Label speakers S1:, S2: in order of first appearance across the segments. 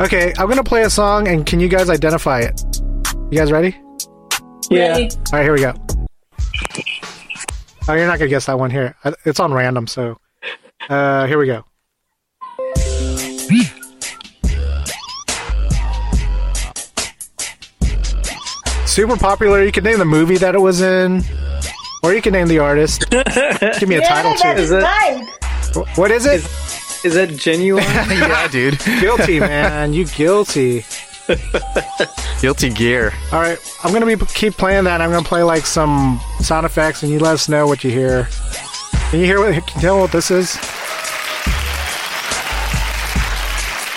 S1: Okay, I'm gonna play a song, and can you guys identify it? You guys ready?
S2: Yeah.
S1: All right, here we go. Oh, you're not gonna guess that one here. I- It's on random, so uh, here we go. Super popular. You can name the movie that it was in, or you can name the artist. Give me a title
S3: that
S1: too.
S3: is
S2: it-
S3: right.
S1: Wh- What is it?
S2: Is that genuine?
S4: yeah, dude.
S1: guilty, man. You guilty.
S4: Guilty Gear.
S1: All right, I'm gonna be keep playing that. I'm gonna play like some sound effects, and you let us know what you hear. Can you hear what? Can you tell what this is?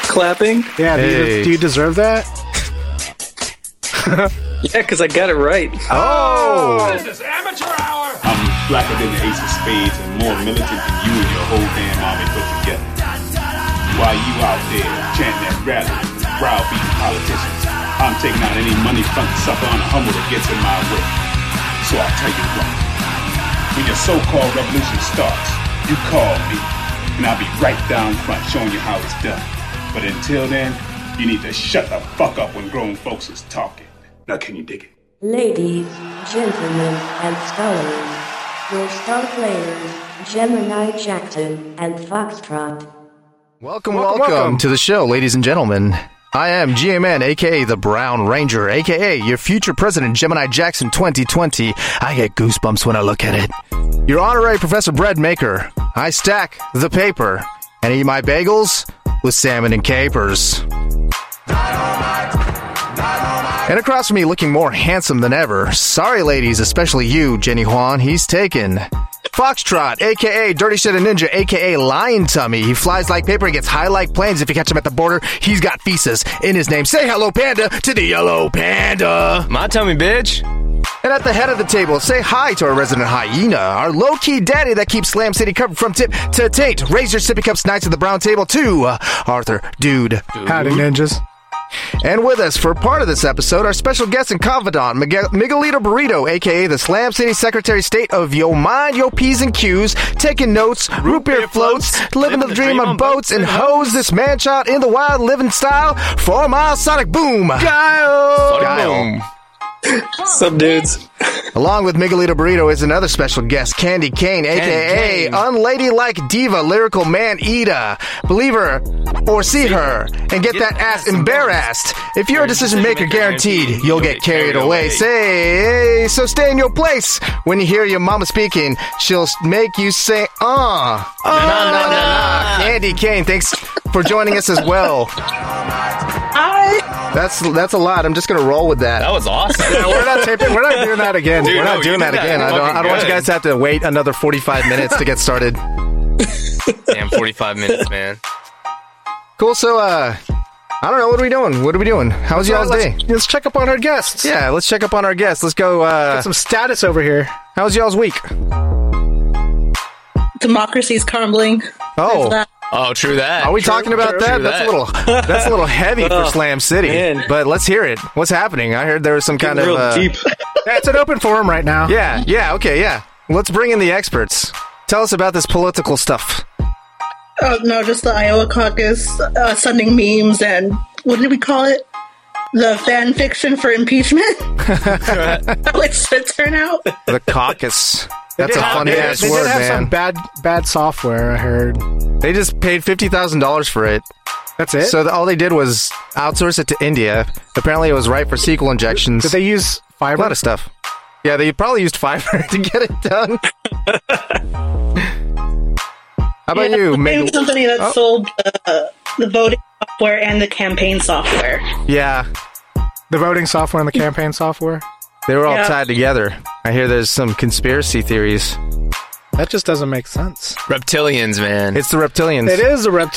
S2: Clapping?
S1: Yeah, do,
S4: Hey.
S1: you, do you deserve that?
S2: Yeah, because I got it right.
S4: Oh,
S5: I'm blacker than the ace of spades and more militant than you and your whole damn army put together. While you out there chanting that rally, browbeating politicians, I'm taking out any money front sucker on a humble that gets in my way. So I'll tell you what. When your so-called revolution starts, you call me, and I'll be right down front showing you how it's done. But until then, you need to shut the fuck up when grown folks is talking. Now can you dig it?
S3: Ladies, gentlemen, and scholars, your star players, Gemini Jackson and Foxtrot.
S4: welcome, welcome,
S1: welcome.
S4: to the show, ladies and gentlemen. I am GMN, aka the Brown Ranger, aka your future president, Gemini Jackson 2020. I get goosebumps when I look at it. Your honorary professor, bread maker. I stack the paper and eat my bagels with salmon and capers. And across from me, looking more handsome than ever. Sorry, ladies, especially you, Jenny Juan. He's taken. Foxtrot, aka Dirty Shit and Ninja, aka Lion Tummy. He flies like paper and gets high like planes. If you catch him at the border, he's got feces in his name. Say hello, Panda, to the yellow panda.
S6: My tummy, bitch.
S4: And at the head of the table, say hi to our resident hyena, our low key daddy that keeps Slam City covered from tip to taint. Raise your sippy cups, Knights of the Brown Table, to uh, Arthur Dude.
S1: Howdy, ninjas.
S4: And with us for part of this episode, our special guest and confidant, Miguel- Miguelito Burrito, aka the Slam City Secretary of State of Yo Mind, Yo P's and Q's, taking notes, root beer floats, living the dream on boats, and hoes this man child in the wild living style for my Sonic Boom. Guile.
S2: Sub dudes.
S4: Along with Miguelito Burrito is another special guest, Candy Kane, aka
S6: Kane.
S4: Unladylike Diva, Lyrical Man Ida. Believe her or see her and get that ass embarrassed. If you're a decision maker, guaranteed you'll get carried away. Say, so stay in your place. When you hear your mama speaking, she'll make you say, uh, uh, nah, nah, nah, nah. Candy Kane, thanks for joining us as well. That's that's a lot. I'm just gonna roll with that.
S6: That was awesome.
S1: We're not taping. We're not doing that again.
S6: Dude,
S1: we're not
S6: no,
S1: doing
S6: you
S1: that
S6: did that.
S1: again.
S4: Man, I don't, I don't want you
S6: Fucking
S4: guys to have to wait another 45 minutes to get started.
S6: Damn, 45 minutes, man.
S4: Cool. So, uh, I don't know. What are we doing? What are we doing? How was y'all's day?
S1: let's, let's check up on our guests.
S4: Yeah, let's check up on our guests. Let's go. Uh,
S1: Some status over here.
S4: how was y'all's week?
S7: Democracy's crumbling.
S4: Oh,
S7: That-
S6: Oh, true that.
S4: are we talking about
S6: true
S4: that? That's a
S6: that.
S4: little that's a little heavy for Slam City.
S2: man.
S4: But let's hear it. What's happening? I heard there was some kind of
S2: Real
S4: uh,
S2: deep.
S1: Yeah, it's an open forum right now.
S4: Yeah, yeah, okay, yeah. Let's bring in the experts. Tell us about this political stuff.
S7: Oh no, just the Iowa caucus uh, sending memes and what did we call it? The fan fiction for impeachment. like spit turnout.
S4: The caucus. That's a
S1: They have-
S4: funny
S1: they-
S4: ass
S1: they
S4: word,
S1: did have
S4: man.
S1: some bad bad software. I heard.
S4: they just paid fifty thousand dollars for it.
S1: That's it.
S4: So th- all they did was outsource it to India. Apparently, it was right for sequel injections.
S1: did they use
S4: a
S1: fiber?
S4: lot of stuff. Yeah, they probably used Fiverr to get it done. How about
S7: Yeah,
S4: you?
S7: the same
S4: Meg-
S7: company that
S1: Oh.
S7: sold the, the voting software and the campaign software.
S4: yeah,
S1: the voting software and the campaign software.
S4: they were all
S7: Yeah.
S4: tied together. I hear there's some conspiracy theories.
S1: That just doesn't make sense.
S6: Reptilians, man. It's,
S4: It's the reptilians.
S1: It is the
S7: Fucking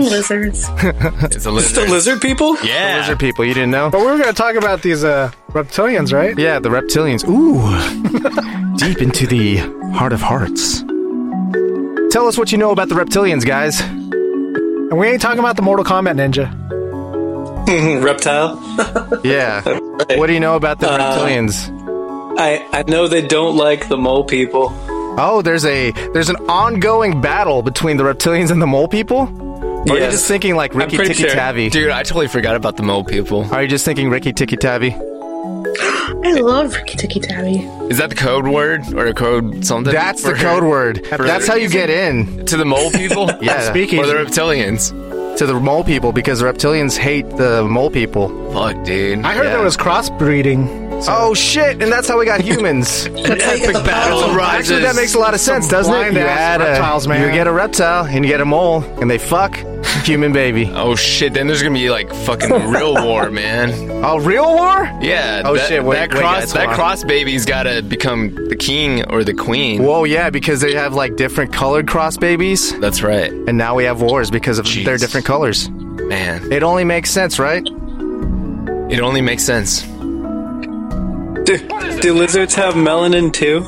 S1: reptilians.
S7: lizards.
S6: a
S2: It's the
S6: lizard.
S2: lizard people?
S6: Yeah.
S4: Those are people you didn't know.
S1: But we were going to talk about these uh, reptilians, right?
S4: Yeah, the reptilians. Ooh, deep into the heart of hearts. Tell us what you know about the reptilians, guys.
S1: And we ain't talking about the Mortal Kombat ninja.
S2: Reptile.
S4: Yeah. What do you know about the
S2: Uh,
S4: reptilians?
S2: I, I know they don't like the mole people.
S4: Oh, there's a there's an ongoing battle between the reptilians and the mole people. Or are you
S2: Yes.
S4: just thinking like Ricky
S2: pretty
S4: Tikki
S2: sure.
S4: Tavi?
S6: Dude, I totally forgot about the mole people.
S4: Are you just thinking Ricky Tikki Tavi?
S7: I love Ricky Tikki Tavi.
S6: Is that the code word or a code something?
S4: That's the
S6: for-
S4: code word.
S6: for-
S4: That's how you get in
S6: to the mole people.
S4: Yeah.
S1: Speaking-
S6: or the reptilians.
S4: to the mole people because the reptilians hate the mole people.
S6: Fuck, dude.
S1: I heard
S4: Yeah.
S1: there was crossbreeding.
S4: Oh shit! And that's how we got humans.
S6: Epic battle rises.
S4: Actually, that makes a lot of sense, doesn't it?
S1: blind ass
S4: a-
S1: reptiles, man.
S4: you get a reptile and you get a mole, and they fuck human baby.
S6: Oh shit! Then there's gonna be like fucking real war, man.
S4: Oh, real war?
S6: Yeah.
S4: Oh,
S6: that,
S4: shit, wait-
S6: that
S4: wait,
S6: cross,
S4: guys, hold
S6: that
S4: on.
S6: cross baby's gotta become the king or the queen.
S4: Whoa, yeah, because they have like different colored cross babies,
S6: That's right,
S4: and now we have wars because of
S6: Jeez.
S4: their different colors.
S6: man.
S4: It only makes sense, right?
S6: It only makes sense.
S2: Do, do lizards have melanin too?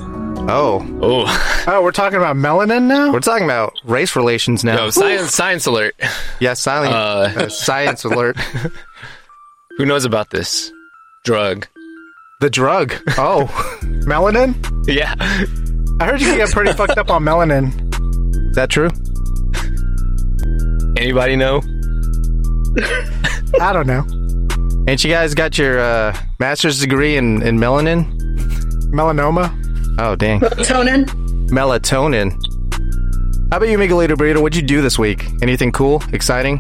S4: Oh,
S6: Oh,
S1: Oh, we're talking about melanin now.
S4: we're talking about race relations now.
S6: no! Science, science alert.
S4: yeah, silent,
S6: Uh,
S4: uh, science alert.
S6: Who knows about this drug?
S4: The drug. Oh,
S1: Melanin?
S6: Yeah,
S1: I heard you can get pretty fucked up on melanin.
S4: is that true?
S6: anybody know?
S1: I don't know.
S4: Ain't you guys got your uh, master's degree in, in melanin?
S1: Melanoma?
S4: Oh, dang.
S7: Tonin.
S4: melatonin. How about you, Miguelito Burrito? What'd you do this week? Anything cool, exciting?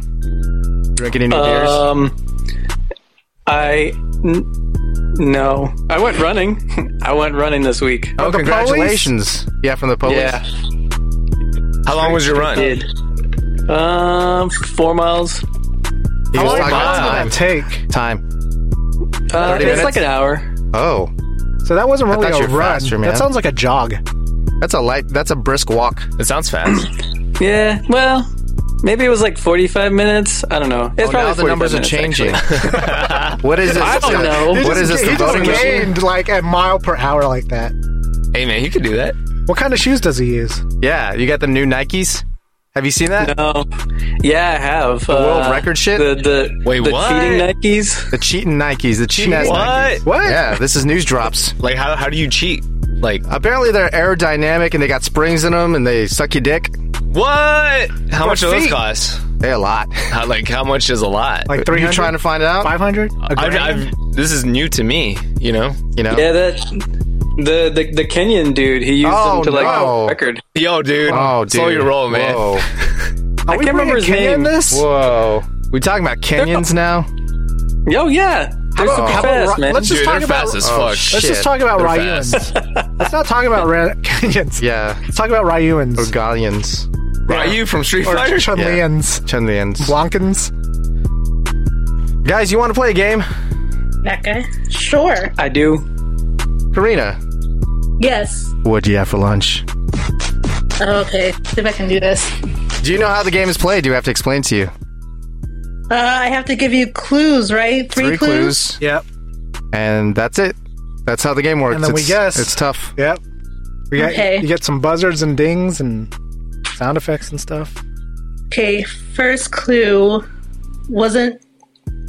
S4: Drinking any
S6: Uh,
S4: beers?
S2: Um, I n- no. I went running. I went running this week.
S4: Oh,
S1: the
S4: congratulations! Yeah, from the police.
S2: Yeah,
S6: How long was your
S2: I
S6: run?
S2: did. Um, four miles.
S4: He was
S6: Oh,
S4: talking about
S6: wow.
S4: time.
S1: I take.
S4: Time.
S2: Uh, it's
S4: 30 minutes?
S2: like an hour.
S4: Oh,
S1: So that wasn't really
S4: thought
S1: a
S4: you were
S1: run.
S4: faster, man.
S1: That sounds like a jog.
S4: that's a light. That's a brisk walk.
S6: It sounds fast.
S2: Yeah. Well, maybe it was like forty-five minutes. I don't know. It's
S4: Oh, now
S2: probably
S4: the numbers are
S2: 45 minutes,
S4: changing. what is this?
S2: I don't know.
S1: He
S4: What
S1: just-
S4: is this?
S1: He
S4: The
S1: just
S4: voting machine?
S1: gained like a mile per hour like that.
S6: hey man, you could do that.
S1: What kind of shoes does he use?
S4: Yeah, you got the new Nikes. Have you seen that?
S2: actually. No. Yeah, I have. The
S4: world record shit?
S2: The the
S6: Wait,
S2: the
S6: what?
S2: cheating Nikes.
S4: The cheating Nikes. The cheating ass Nikes.
S6: What?
S1: What?
S4: Yeah, this is news drops.
S6: Like how how do you cheat? Like
S4: Apparently they're aerodynamic and they got springs in them and they suck your dick.
S6: what? How much do those
S1: feet.
S6: cost?
S4: They a lot.
S6: How, like how much is a lot?
S1: Like
S4: Are
S1: three
S4: you trying to find out?
S1: five hundred?
S6: I've, I've, this is new to me. You know.
S4: You know.
S2: Yeah, that the the the Kenyan dude. He used
S4: Oh,
S2: them to like
S4: no.
S2: record.
S6: Yo, dude.
S4: Oh, dude.
S6: Slow your roll, man.
S4: Whoa.
S2: I can't remember his name.
S1: This?
S4: Whoa. We talking about Kenyans now?
S2: Yo, yeah. They're
S4: about-
S2: super
S4: how
S1: about
S2: fast,
S1: Ro-
S2: man.
S1: let's just
S6: Dude,
S1: talk
S6: they're
S1: about.
S6: fast as
S4: oh,
S6: fuck.
S4: shit.
S1: let's just talk about
S6: They're
S1: Ryuans. Let's not talk about Ran- Kenyans.
S4: Yeah. Oh,
S1: Let's talk about Ryuans.
S4: Orgalians.
S6: Ryu from Street
S1: Or
S6: Fighter.
S1: Chunlians.
S4: Chenlians.
S1: Blankans.
S4: Guys, you want to play a game?
S7: That guy. Sure.
S2: I do.
S4: Karina.
S7: Yes. Oh,
S4: What'd you have for lunch?
S7: Okay. See if I can do this.
S4: Do you know how the game is played? Do you have to explain to you?
S7: Uh, I have to give you clues, right? Three,
S1: Yep.
S4: And that's it. That's how the game works.
S1: And then we
S4: it's,
S1: guess.
S4: It's tough.
S1: Yep. We got,
S7: Okay.
S1: You get some buzzards and dings and sound effects and stuff.
S7: Okay. First clue wasn't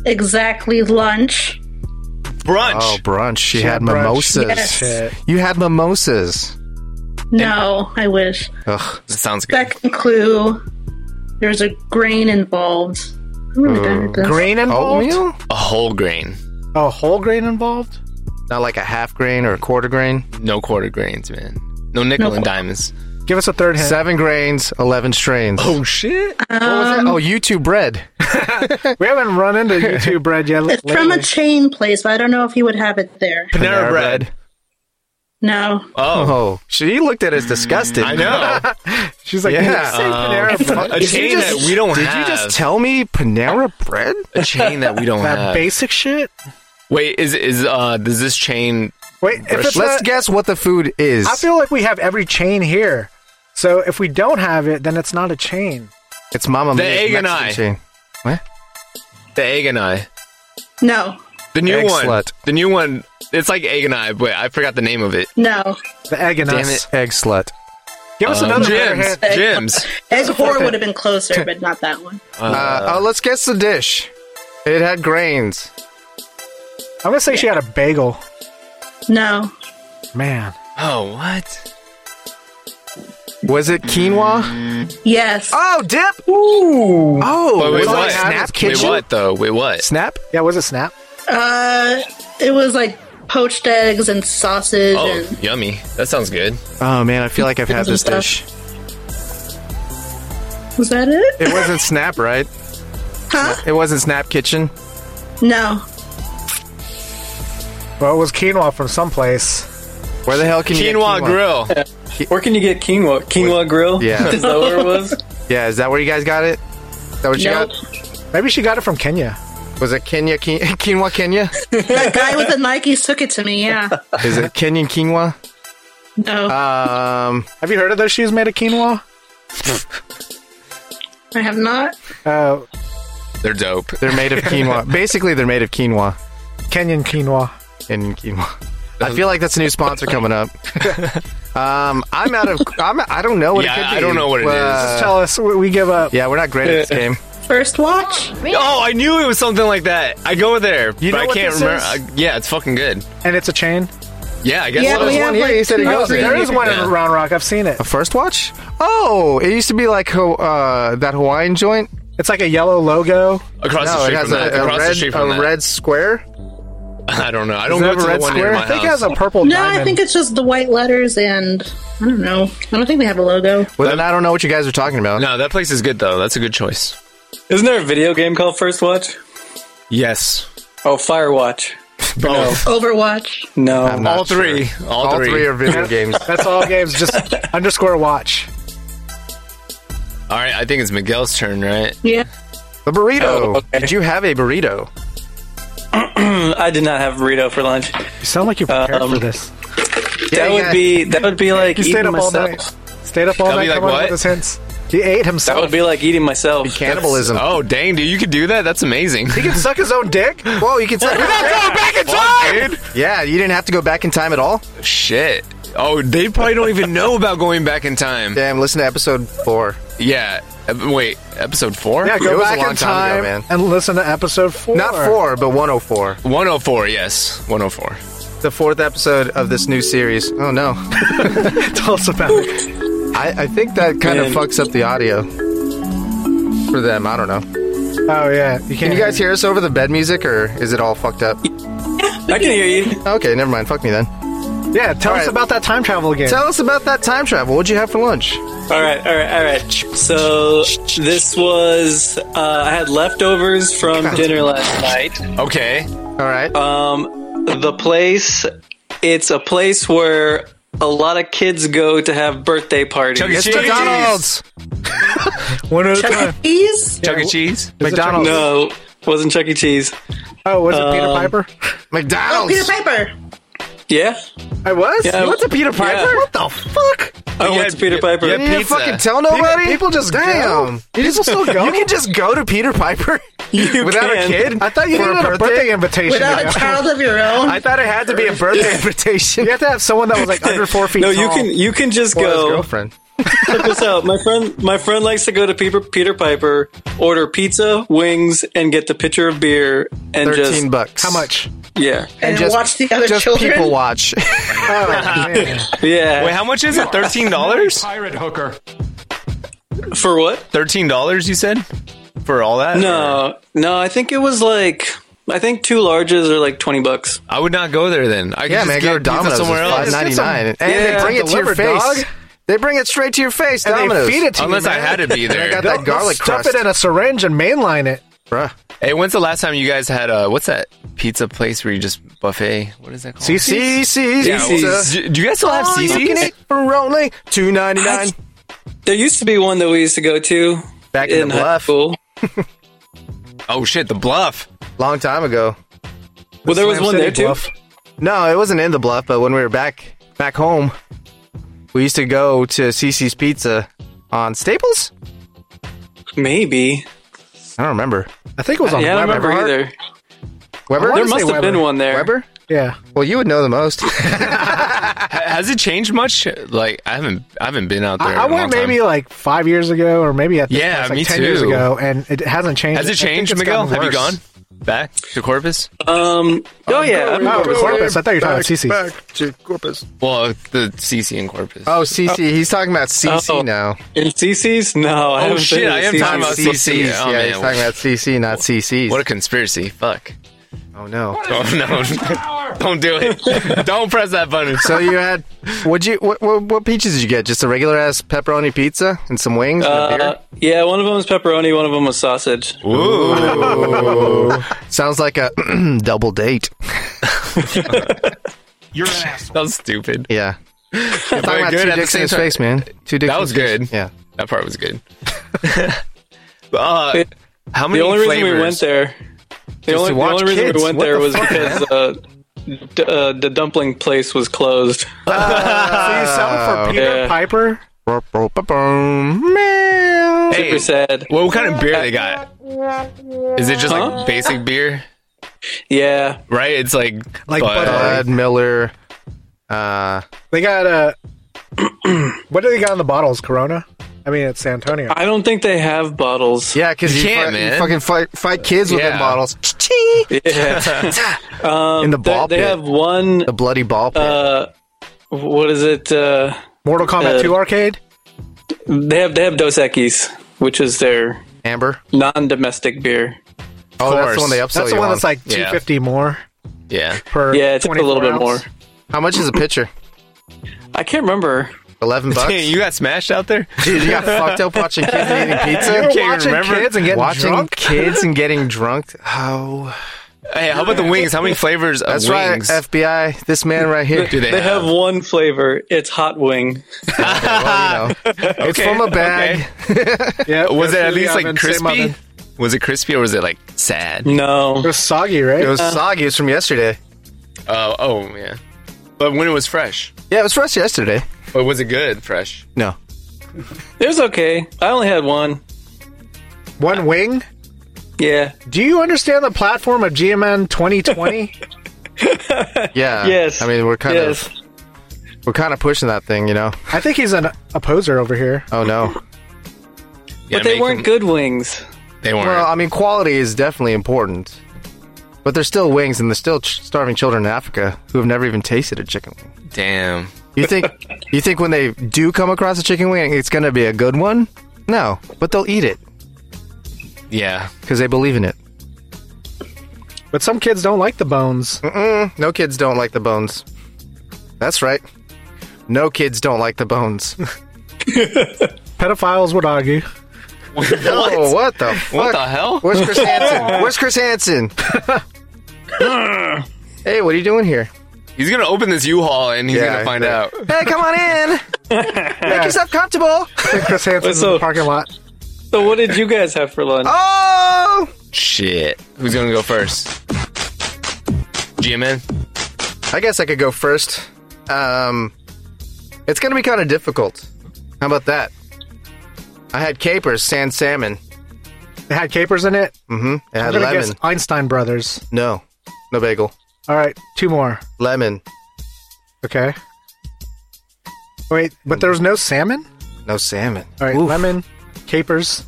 S7: exactly lunch.
S6: Brunch.
S4: Oh, brunch. She, had,
S1: had brunch.
S4: mimosas.
S7: Yes.
S1: Shit.
S4: You had mimosas.
S7: No, I wish.
S4: Ugh.
S6: That sounds good.
S7: Second clue. There's a grain involved. I'm really bad at this.
S1: Grain involved?
S4: Oatmeal?
S6: A whole grain.
S1: Oh, whole grain involved?
S4: Not like a half grain or a quarter grain.
S6: No quarter grains, man. No nickel
S7: No
S6: and
S7: qu-
S6: diamonds.
S1: Give us a third hint.
S4: Seven grains, 11 strains.
S6: Oh shit.
S7: Um,
S4: what was that? Oh, you two bread.
S1: We haven't run into YouTube bread yet.
S7: It's
S1: lately.
S7: from a chain place, but I don't know if he would have it there.
S6: Panera
S4: Panera
S6: bread.
S7: No.
S6: Oh.
S4: Oh, she looked at us disgusted.
S6: I know.
S1: She's like,
S4: Yeah. Uh, Oh.
S1: yeah, say Panera Bread.
S6: A
S4: Did you
S6: chain
S4: just-
S6: that we don't
S4: Did
S6: have.
S4: you just tell me Panera Bread?
S6: a chain that we don't
S1: that
S6: have?
S1: basic shit.
S6: Wait, is is uh does this chain
S1: Wait, if it's
S4: Let's
S1: not,
S4: guess what the food is.
S1: I feel like we have every chain here. So if we don't have it, then it's not a chain.
S4: it's Mama
S6: The
S4: Mia's
S6: egg and
S4: Mexican
S6: I.
S4: chain. What?
S6: the egg and I?
S7: No.
S6: The new
S4: Egg
S6: one.
S4: slut.
S6: The new one. It's like egg and I, but I forgot the name of it.
S7: No.
S1: The egg in
S4: Damn
S1: us.
S4: it, egg slut.
S1: Give
S6: Uh,
S1: us another better
S6: Um, Jim's.
S1: hint.
S6: Jim's.
S7: Egg whore would have been closer, but not that one.
S4: Uh, uh, let's guess the dish. It had grains.
S1: I'm gonna say she had a bagel.
S7: No.
S1: Man,
S6: Oh what?
S4: Was it quinoa?
S7: Yes.
S6: Ah!
S4: Oh, dip.
S1: Ooh.
S4: Oh, was
S6: But Mm. wait,
S4: it
S6: what?
S4: like Snap
S6: wait,
S4: Kitchen?
S6: what though? Wait, what?
S4: Snap?
S1: Yeah, was it Snap?
S7: Uh, it was like poached eggs and sausage
S6: Oh,
S7: and
S6: yummy. That sounds good.
S4: Oh man, I feel like I've had this dish.
S7: was that it?
S4: It wasn't Snap, right?
S7: Huh?
S4: It wasn't Snap Kitchen.
S7: No.
S1: Well, it was quinoa from someplace.
S4: Where the hell can you get
S6: Quinoa grill.
S2: Where can you get quinoa? Quinoa grill?
S4: Yeah.
S2: Is that where it was?
S4: Yeah, is that where you guys got it? Is that what you
S7: Nope.
S1: Maybe she got it from Kenya.
S4: got? Was it Kenya qui- quinoa Kenya?
S7: That guy with the Nikes took it to me, yeah.
S4: Is it Kenyan quinoa?
S7: No.
S4: Um,
S1: Have you heard of those shoes made of quinoa?
S7: I have not.
S1: Uh,
S6: They're dope.
S4: they're made of quinoa. Basically, they're made of quinoa.
S1: Kenyan quinoa.
S4: in quinoa. I feel like that's a new sponsor coming up. um, I'm out of. I'm. I don't know what
S6: Yeah,
S4: it could
S6: I
S4: be.
S6: don't know what it is.
S1: Just tell us. We we give up.
S4: Yeah, we're not great at this game.
S7: First watch?
S6: Oh, I knew it was something like that. I go there,
S1: You
S6: but
S1: know
S6: I
S1: what
S6: can't
S1: this
S6: remember.
S1: is?
S6: Uh, yeah, it's fucking good.
S1: And it's a chain.
S6: Yeah, I guess.
S7: Yeah,
S6: so.
S7: we have
S4: Yeah,
S7: like
S4: he said he
S7: two or
S4: goes
S7: three.
S1: There is one
S6: Yeah.
S1: in Round Rock. I've seen it.
S4: A first watch? Oh, it used to be like Ho- uh, that Hawaiian joint.
S1: It's like a yellow logo.
S6: across the
S4: No, it
S6: street
S4: has
S6: from
S4: a,
S6: that.
S4: a
S6: across the
S4: red
S6: street from
S4: a
S6: that.
S4: red square.
S6: I don't know. I don't
S4: Does it
S6: go
S4: have a
S6: to the
S4: red
S6: one
S4: square?
S6: near my
S1: I think it
S6: house.
S1: has a purple
S7: No,
S1: diamond.
S7: I think it's just the white letters and I don't know. I don't think they have a logo.
S4: Well, then I don't know what you guys are talking about.
S6: no, that place is good though. That's a good choice.
S2: Isn't there a video game called First Watch?
S6: Yes,
S2: Oh, Firewatch.
S6: both.
S7: Overwatch.
S2: No.
S4: I'm not
S6: All three.
S4: sure.
S6: All three.
S4: are video games.
S1: That's all games. Just underscore watch.
S6: All right, I think it's Miguel's turn, right?
S7: Yeah.
S4: The burrito.
S2: Oh, okay.
S4: Did you have a burrito?
S6: uh,
S2: I did not have burrito for lunch.
S1: You sound like you prepared
S2: Um,
S1: for this.
S4: Yeah,
S2: that would
S4: yeah.
S2: be that would be like
S1: You stayed
S2: eating
S1: up all night.
S2: myself.
S1: Stayed up all
S6: That'd
S1: night
S6: be like
S1: coming up
S6: what?
S1: with his hints. He ate
S2: That
S1: himself.
S2: would be like eating myself.
S4: Cannibalism.
S6: Oh, dang, dude, you could do that. That's amazing.
S1: he can suck his own dick.
S4: Whoa, you can.
S6: back in time, dude.
S4: yeah, you didn't have to go back in time at all.
S6: Shit. Oh, they probably don't even know about going back in time.
S4: Damn, listen to episode four.
S6: Yeah. Ep- Wait, episode four?
S1: Yeah,
S4: It
S1: go
S4: was a
S1: back
S4: long
S1: in
S4: time ago,
S1: time
S4: man.
S1: and listen to episode four.
S4: Not four, but 104.
S6: 104, yes. 104.
S4: The fourth episode of this new series. Oh no.
S1: Tell us about it.
S4: I, I think that kind of
S2: Man.
S4: fucks up the audio for them. I don't know.
S1: Oh yeah, you
S4: Can
S1: can't.
S4: you guys hear us over the bed music or is it all fucked up?
S2: I can hear you.
S4: Okay, never mind. Fuck me then.
S1: Yeah, tell
S4: All
S1: us
S4: right.
S1: about that time travel again.
S4: Tell us about that time travel. What'd you have for lunch?
S2: All right, all right, all right. So this was uh, I had leftovers from dinner last night.
S6: Okay.
S4: All right.
S2: Um, the place, it's a place where a lot of kids go to have birthday parties.
S6: Chuck E.
S4: it's
S6: Cheese.
S4: McDonald's.
S1: One at a time.
S7: Chuck E. Cheese?
S6: Chuck E. Cheese?
S1: Is it Chuck E.
S4: McDonald's.
S2: No, wasn't Chuck E. Cheese.
S1: Oh, was it Peter
S2: Um,
S1: Piper?
S7: Oh, Peter
S4: McDonald's.
S7: Piper.
S2: Yeah,
S1: I was.
S2: Yeah.
S1: you went to Peter Piper.
S2: Yeah.
S1: What the fuck?
S2: I went to Peter Piper.
S6: yeah,
S4: You didn't
S6: Pizza.
S4: fucking tell nobody.
S1: People just go.
S4: damn.
S1: People still go.
S4: You can just go to Peter Piper without
S2: can.
S4: a kid.
S1: I thought you
S4: for
S1: needed a birthday invitation.
S7: Without
S1: to go.
S7: a child of your own.
S4: I thought it had to be a birthday invitation.
S1: You have to have someone that was like under four feet
S2: No,
S1: tall.
S2: you can you can just
S4: Or his
S2: go.
S4: girlfriend.
S2: Check this out. My friend my friend likes to go to Peter, Peter Piper, order pizza, wings, and get the pitcher of beer and
S4: Thirteen
S2: just
S4: bucks.
S1: How much?
S2: yeah
S7: and
S4: just-
S7: watch the other
S4: Just
S7: children.
S4: people watch.
S1: Oh, man.
S2: yeah.
S6: Wait, how much is it? $13?
S5: Pirate hooker.
S2: For what?
S6: $13, you said? For all that?
S2: No, no. I think it was like I think two larges are like twenty bucks.
S6: I would not go there then. I could
S4: yeah,
S6: just
S4: man,
S6: get
S4: go to
S6: pizza
S4: Domino's.
S6: somewhere else.
S4: Five ninety nine, and
S2: Yeah,
S4: they bring it to your
S1: delivered,
S4: face.
S1: dog.
S4: They bring it straight to your face.
S1: And
S4: Domino's.
S1: they feed it to
S6: Unless
S1: you.
S6: I
S1: man.
S6: had to be
S4: I
S6: there.
S4: got that
S1: They'll- they'll
S4: garlic
S1: Stuff
S4: crust.
S1: it in a syringe and mainline it.
S4: Bruh.
S6: Hey, when's the last time you guys had a what's that pizza place where you just buffet? What is that called?
S1: CC.
S4: CC's
S6: Yeah,
S4: pizza.
S6: what's- do do you guys still have
S4: Oh, you can
S6: CC's?
S4: eat for only two ninety nine.
S2: There used to be one that we used to go to
S4: Back in, the
S2: high
S4: bluff,
S2: school.
S6: Oh shit, the bluff.
S4: long time ago.
S2: Well, there was
S1: Slam
S2: one
S1: City
S2: there too.
S1: Bluff.
S4: No, it wasn't in the bluff, but when we were back back home, we used to go to CC's Pizza on Staples.
S2: Maybe.
S4: I don't remember.
S1: I think it was on
S2: Yeah, I don't
S1: Weber.
S2: remember either.
S4: Weber.
S2: There
S1: say
S2: must have been
S1: Weber.
S2: one there.
S4: Weber.
S1: Yeah.
S4: Well, you would know the most.
S6: Ha- Has it changed much? Like I haven't, I haven't been out there.
S1: I,
S6: in
S1: I
S6: a
S1: went
S6: long time.
S1: maybe like five years ago, or maybe at this
S6: Yeah,
S1: point, like
S6: me
S1: ten years
S6: too.
S1: ago, and it hasn't changed.
S6: Has
S1: I
S6: it
S1: think
S6: changed,
S1: it's
S6: Miguel?
S1: gotten
S6: Have you
S1: worse.
S6: gone? back to Corpus?
S2: Um. Oh
S1: Oh,
S2: yeah.
S4: Corpus.
S1: Corpus. I thought you were talking about
S4: Back-
S1: CC.
S4: Back to Corpus.
S6: Well, the CC and Corpus.
S4: Oh, CC. He's talking about CC
S2: Oh.
S4: now.
S2: In CC's? No. I
S6: Oh,
S2: haven't
S6: shit,
S2: been to
S6: I am
S2: CC's.
S6: talking about
S4: CCs.
S6: CC. Oh,
S4: yeah,
S6: man.
S4: he's talking about CC, not CCs.
S6: What a conspiracy! Fuck.
S4: oh no.
S6: Oh no! Don't do it. Don't press that button.
S4: So you had would you what, what what pizzas did you get? Just a regular ass pepperoni pizza and some wings and a
S2: Uh, yeah, one of them is pepperoni, one of them was sausage.
S4: beer? Sounds like a double date.
S5: You're an asshole.
S6: That was stupid.
S4: Yeah. Talking about
S6: good
S4: two
S6: at the
S4: dicks in
S6: same
S4: his
S6: time.
S4: face, man. Two dicks.
S6: That
S4: in
S6: was
S4: his face.
S6: good.
S4: Yeah.
S6: That part was good. But, uh, how many
S2: The only reason
S6: flavors?
S2: we went there, the only,
S4: to
S2: the
S4: watch
S2: only reason
S4: kids.
S2: we went
S4: What
S2: there
S4: the
S2: was
S4: fuck,
S2: because uh, d- uh, the dumpling place was closed.
S1: so you sell
S6: Oh,
S1: for Peter
S2: Yeah.
S1: Piper?
S4: Ba-ba-boom.
S6: Hey,
S2: Super sad.
S6: Well, what kind of beer they got? Is it just
S2: Huh?
S6: like basic beer?
S2: Yeah,
S6: Right? It's like
S1: Like Bud Light.
S4: Bud Miller. Uh,
S1: They got uh, what do they got on the bottles? Corona. I mean, it's San Antonio.
S2: I don't think they have bottles.
S4: yeah, because
S6: You
S4: you,
S6: can't,
S4: fight- you
S6: man.
S4: fucking fight, fight kids with
S6: Yeah.
S4: them bottles
S2: Yeah.
S4: in the
S2: Um, They-
S4: ball
S2: they,
S4: pit,
S2: have one.
S4: the bloody ball pit.
S2: Uh, what is it? Uh,
S1: Mortal Kombat
S2: uh,
S1: 2 arcade.
S2: they have they have Dos Equis, which is their
S4: Amber.
S2: non-domestic beer.
S4: Oh, that's the
S6: course.
S4: one they
S1: That's
S4: upsell
S1: the
S4: you
S1: one
S4: on.
S1: that's like
S6: Yeah.
S1: 250 more
S6: yeah.
S1: per.
S2: Yeah, it's a little
S1: 24
S2: bit more.
S1: ounce.
S4: How much is a pitcher?
S2: I can't remember.
S4: Eleven bucks.
S6: Dang, you got smashed out there.
S4: Dude, you got fucked up watching kids and eating pizza.
S1: You were watching kids and getting
S4: watching
S1: drunk?
S4: kids and getting drunk. Oh,
S6: Hey, how about the wings? How many flavors of
S4: that's right,
S6: wings?
S4: FBI. This man right here.
S6: do they,
S2: They have one flavor. It's hot wing.
S4: Well, you know, it's from a bag.
S1: Yeah, goes through
S6: Was it at
S1: the
S6: least like
S1: oven, same
S6: crispy?
S1: oven.
S6: Was it crispy or was it like sad?
S2: No.
S1: It was soggy, right?
S4: It was
S6: Uh,
S4: soggy. It was from yesterday.
S6: Oh, oh yeah. But when it was fresh,
S4: Yeah, it was fresh yesterday.
S6: but was it good fresh?
S4: No,
S2: It was okay. I only had one.
S1: One wing.
S2: Yeah.
S1: Do you understand the platform of GMN 2020?
S4: yeah,
S2: Yes.
S4: I mean, we're kind
S2: yes.
S4: of we're kind of pushing that thing, you know.
S1: I think he's an opposer over here.
S4: Oh no.
S6: Yeah,
S2: But they
S6: make
S2: weren't
S6: them-
S2: good wings.
S6: They weren't.
S4: Well, I mean, quality is definitely important, but there's still wings, and there's still ch- starving children in Africa who have never even tasted a chicken wing.
S6: Damn.
S4: You think you think when they do come across a chicken wing, it's gonna be a good one? No, but they'll eat it
S6: Yeah.
S4: because they believe in it.
S1: But some kids don't like the bones.
S4: No kids don't like the bones. That's right. No kids don't like the bones.
S1: Pedophiles would argue.
S4: Oh, what the fuck?
S6: What the hell?
S4: Where's Chris Hansen? Where's Chris Hansen? hey, what are you doing here?
S6: He's gonna open this U-Haul and he's
S4: Yeah,
S6: gonna find
S4: yeah.
S6: out.
S4: Hey, come on in. Make yourself comfortable.
S1: Chris Hansen's in the
S2: up?
S1: parking lot.
S2: So what did you guys have for lunch?
S4: Oh,
S6: Shit. Who's gonna go first? GMN.
S4: I guess I could go first. Um, it's gonna be kind of difficult. How about that? I had capers, sand salmon.
S1: It had capers in it.
S4: I
S1: I'm
S4: had
S1: gonna
S4: lemon.
S1: guess Einstein Brothers.
S4: No, no bagel.
S1: All right, two more.
S4: Lemon.
S1: Okay. Wait, but there was no salmon.
S4: No salmon.
S1: All right,
S4: Oof.
S1: lemon, capers.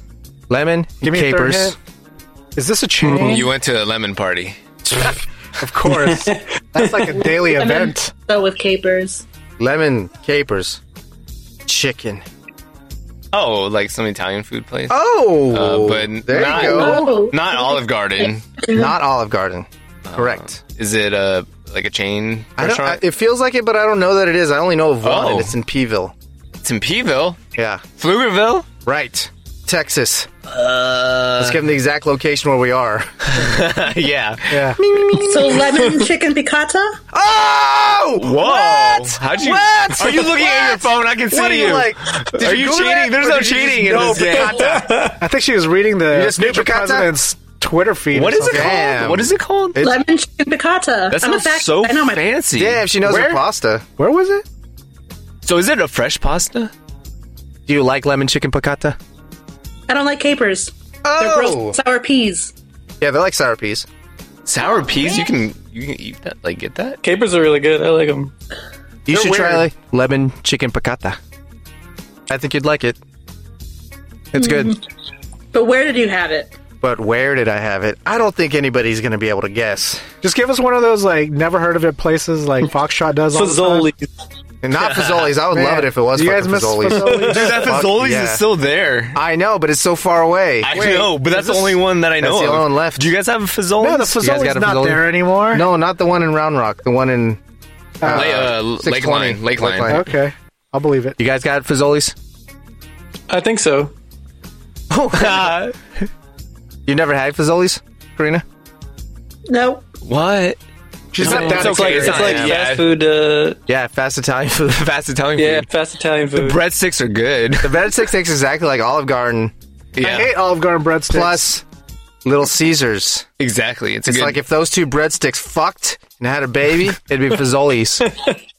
S4: Lemon.
S1: Give me
S4: capers.
S1: a third hint. Is this a chain?
S6: You went to a lemon party.
S1: of course. That's like a daily event.
S7: So with capers.
S4: Lemon capers. Chicken.
S6: Oh, like some Italian food place.
S4: Oh,
S6: Uh, but
S4: there
S6: not-
S4: you go.
S7: Oh,
S6: Not Olive Garden.
S4: Not Olive Garden. Correct.
S6: Is it a like a chain
S4: I don't, I,
S6: restaurant?
S4: it feels like it, but I don't know that it is. I only know of one,
S6: Oh.
S4: and it's in Peeville.
S6: it's in Peeville,
S4: Yeah,
S6: Pflugerville.
S4: right. Texas.
S6: Uh,
S4: Let's give them the exact location where we are.
S6: yeah.
S1: Yeah.
S7: so lemon chicken piccata?
S4: Oh,
S6: Whoa!
S4: What?
S6: How'd you?
S4: What?
S6: Are you looking at your
S4: What?
S6: phone? I can see
S4: What are you like? Did
S6: Are you
S4: Google
S6: cheating?
S4: that,
S6: There's
S4: or
S6: no
S4: did you
S6: cheating in
S4: just
S6: this game.
S4: know piccata?
S1: I think she was reading the
S4: just knew
S1: future
S4: piccata?
S1: president's Twitter feed.
S6: What
S1: or
S6: is it
S1: something.
S4: Damn.
S6: called? What is it called?
S7: Lemon chicken piccata.
S6: that
S7: I'm a
S6: sounds
S7: fact.
S6: so
S7: I know my
S6: fancy.
S4: Damn, she knows
S1: Where?
S4: her pasta.
S1: Where was it?
S6: So is it a fresh pasta?
S4: Do you like lemon chicken piccata?
S7: I don't like capers. They're
S4: Oh,
S7: grilled sour peas.
S4: yeah, they're like sour peas.
S6: Sour peas? You can you can eat that? Like get that?
S2: Capers are really good. I like them.
S4: You
S6: They're
S4: should
S6: weird.
S4: try like, lemon chicken piccata. I think you'd like it. It's good.
S7: But where did you have it?
S4: But where did I have it? I don't think anybody's going to be able to guess.
S1: Just give us one of those like never heard of it places like Foxtrot does. All the
S2: Fazoli.
S1: time.
S4: And not Fazoli's. I would love it if it was
S1: You guys
S4: fucking
S1: miss
S4: Fazoli's.
S1: Fazoli's?
S6: That
S4: Fuck,
S6: Fazoli's
S4: yeah.
S6: is still there.
S4: I know, but it's so far away.
S6: I know, but that's the only one that I
S4: that's
S6: know.
S4: the
S6: of.
S4: only one left.
S6: Do you guys have a Fazoli's?
S1: no, the
S4: You guys got
S1: Fazoli's
S4: a
S1: not
S4: Fazoli?
S1: there anymore.
S4: No, not the one in Round Rock. The one in. uh,
S6: Lake, uh, Lake
S4: 620.
S6: Line. Lake Line.
S1: Okay, I'll believe it.
S4: You guys got Fazoli's?
S2: I think so.
S4: Oh,
S6: Ah,
S4: You never had Fazoli's, Karina?
S7: Nope.
S6: what?
S1: She's
S6: No,
S1: not that
S6: it's
S1: excited.
S6: okay,
S2: It's
S6: not-
S2: like
S6: yeah.
S2: fast food. Uh,
S4: Yeah, fast Italian food.
S6: Fast Italian
S2: yeah,
S6: food.
S2: fast Italian food.
S6: Breadsticks are good.
S4: the breadsticks tastes exactly like Olive Garden
S1: I
S6: Yeah,
S1: hate Olive Garden breadsticks.
S4: plus Little Caesars.
S6: exactly. It's, a
S4: It's
S6: good,
S4: like if those two breadsticks fucked and had a baby, it'd be Fazoli's.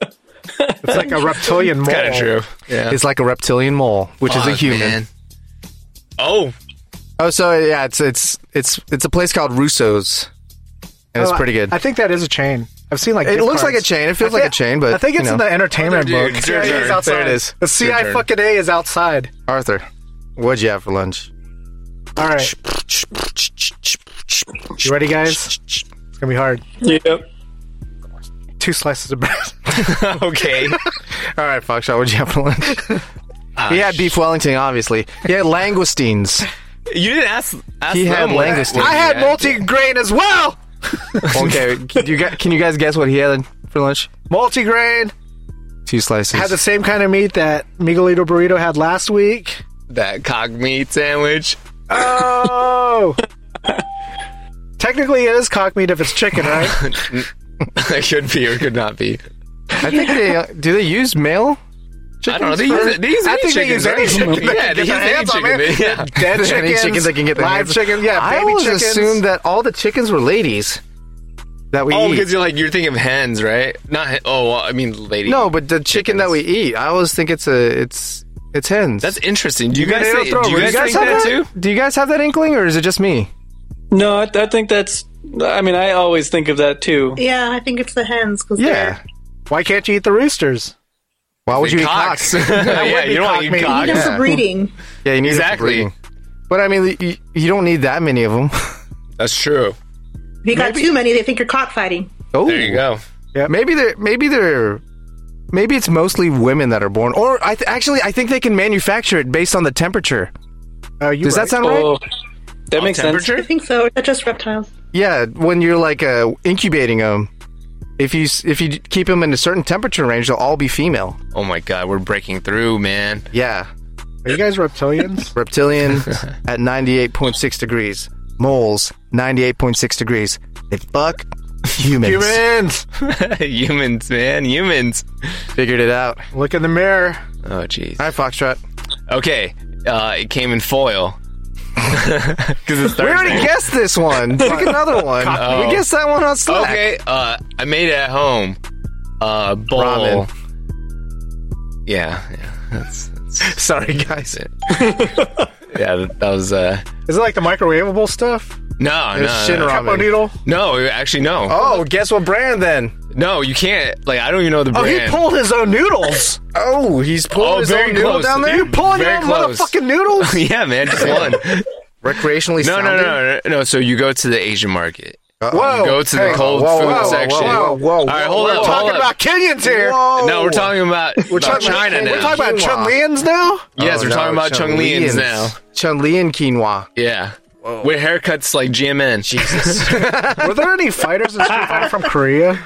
S1: it's like a reptilian mole.
S6: kind of true. Yeah,
S4: it's like a reptilian mole, which is a
S6: Fuck,
S4: human.
S6: man. Oh,
S4: Oh, so yeah, it's it's it's it's a place called Russo's,
S1: Oh,
S4: and it's pretty good.
S1: I, I think that is a chain. I've seen like
S4: it
S1: gift
S4: looks like a
S1: cards.
S4: chain. It feels
S1: I
S4: like a
S1: think-
S4: chain, but
S1: I think it's
S4: you
S1: in
S4: know. Oh,
S1: the entertainment
S6: Dude,
S1: book.
S6: it's your
S1: Yeah, it
S6: turn.
S1: is
S6: There
S1: outside.
S6: it is.
S1: The
S6: your
S1: CI
S6: turn.
S1: fucking A is outside.
S4: Arthur. What'd you have for lunch?
S1: All right. You ready, guys? It's gonna be hard.
S2: Yep.
S1: Two slices of bread.
S6: okay.
S4: All right, Foxshot, what'd you have for lunch? he
S6: Ah,
S4: had beef Wellington, obviously. He had langoustines.
S6: you didn't ask. ask
S4: He had
S6: them what-
S4: langoustine.
S6: what
S4: I
S1: I
S6: you
S1: had multi-grain as well.
S4: okay, can you, guys, can you guys guess what he had for lunch?
S1: Multi-grain
S4: Two slices.
S1: had the same kind of meat that Miguelito burrito had last week.
S6: that cog meat sandwich.
S1: Oh. Technically, it is cock meat if it's chicken, right?
S6: it could be or could not be.
S4: I think they uh, do they use male?
S6: I don't know. They use, they use
S1: I
S6: any
S1: think they
S6: chicken,
S1: use any
S6: right?
S1: chicken they
S6: Yeah,
S1: can
S6: they
S1: get
S6: use
S1: their
S6: any
S1: hands on, man.
S6: chicken. they- yeah.
S1: Dead
S4: Any
S1: chickens,
S4: chickens they can get their
S1: live
S4: hands on.
S1: chicken. Yeah,
S4: I
S1: baby
S4: always
S1: chickens.
S4: assumed that all the chickens were ladies that we
S6: Oh,
S4: eat.
S6: because you're like you're thinking of hens, right? Not hen- oh, well, I mean lady.
S4: No, but the chicken that we eat, I always think it's a it's it's hens.
S6: that's interesting. Do you guys
S1: gotta
S6: say,
S1: throw
S6: do you
S1: it.
S6: guys,
S1: You guys
S6: think that
S1: have
S6: too?
S4: Do you guys have that inkling, or is it just me?
S2: No, I, I think that's. I mean, I always think of that too.
S7: Yeah, I think it's the hens because
S4: Yeah.
S1: Why can't you eat the roosters?
S4: Why would you eat
S6: cocks?
S4: cocks?
S6: yeah, you don't want
S1: cock,
S6: to eat
S1: man.
S7: they're
S6: cocks.
S7: you know,
S4: Yeah.
S7: for breeding.
S4: yeah, you need them for
S6: Exactly.
S4: breeding. But I mean, you, you don't need that many of them.
S6: That's true.
S7: If you got too many, they think you're cockfighting.
S4: Oh,
S6: There you go.
S4: Maybe they're maybe they're maybe it's mostly women that are born. Or I th- actually, I think they can manufacture it based on the temperature.
S1: Oh, you
S4: Does
S1: right.
S4: that sound right?
S2: Oh, that makes sense.
S7: I think so. They're just reptiles.
S4: Yeah, when you're like uh, incubating them, if you s- if you keep them in a certain temperature range, they'll all be female.
S6: Oh my god, we're breaking through, man.
S4: Yeah,
S1: Are you guys reptilians?
S4: reptilian at 98.6 degrees, moles 98.6 degrees. They fuck humans.
S1: Humans,
S6: humans, man, humans.
S4: Figured it out.
S1: look in the mirror.
S6: Oh jeez.
S4: All right, Foxtrot.
S6: Okay, uh, it came in foil. Because it's
S4: We
S6: Thursday.
S4: already guessed this one. Pick another one. We guessed that one on Slack.
S6: Okay, uh, I made it at home. Uh, bowl.
S4: Ramen.
S6: Yeah, yeah. That's, that's
S4: Sorry, guys.
S6: it. yeah, that, that was uh.
S1: Is it like the microwavable stuff?
S6: No,
S4: There's
S6: no,
S4: shin
S6: no,
S4: ramen.
S1: Cup noodle.
S6: no, actually, no,
S4: Oh, guess what brand then?
S6: no. You can't. Like, I don't even know the
S1: Oh,
S6: brand.
S1: he pulled his own noodles.
S4: Oh, he's pulling
S6: Oh,
S4: his
S6: very
S4: own noodle
S6: close.
S4: down there.
S6: You pull-
S1: Pulling your own
S6: Very close.
S1: motherfucking noodles.
S6: yeah, man, just one.
S4: recreationally
S6: No, no, no,
S4: sounding?
S6: no, no. So you go to the Asian market.
S4: Uh-oh.
S1: Whoa.
S6: Go to
S1: Hey,
S6: the cold
S4: whoa,
S6: food
S4: whoa, whoa,
S6: section.
S4: whoa, whoa,
S6: All right, hold
S1: We're
S6: up,
S1: talking
S6: hold
S1: about
S6: up.
S1: Kenyans here.
S4: Whoa.
S6: No, we're talking about we're
S4: talking about-
S6: China now.
S1: We're talking about
S4: Quinoa.
S1: Chunlians now.
S6: yes,
S4: Oh,
S6: we're
S4: no,
S6: talking about Chung Lian's now.
S4: Chun Lian quinoa.
S6: Yeah. With haircuts like GMN. Jesus.
S1: Were there any fighters in Street Fighter from Korea?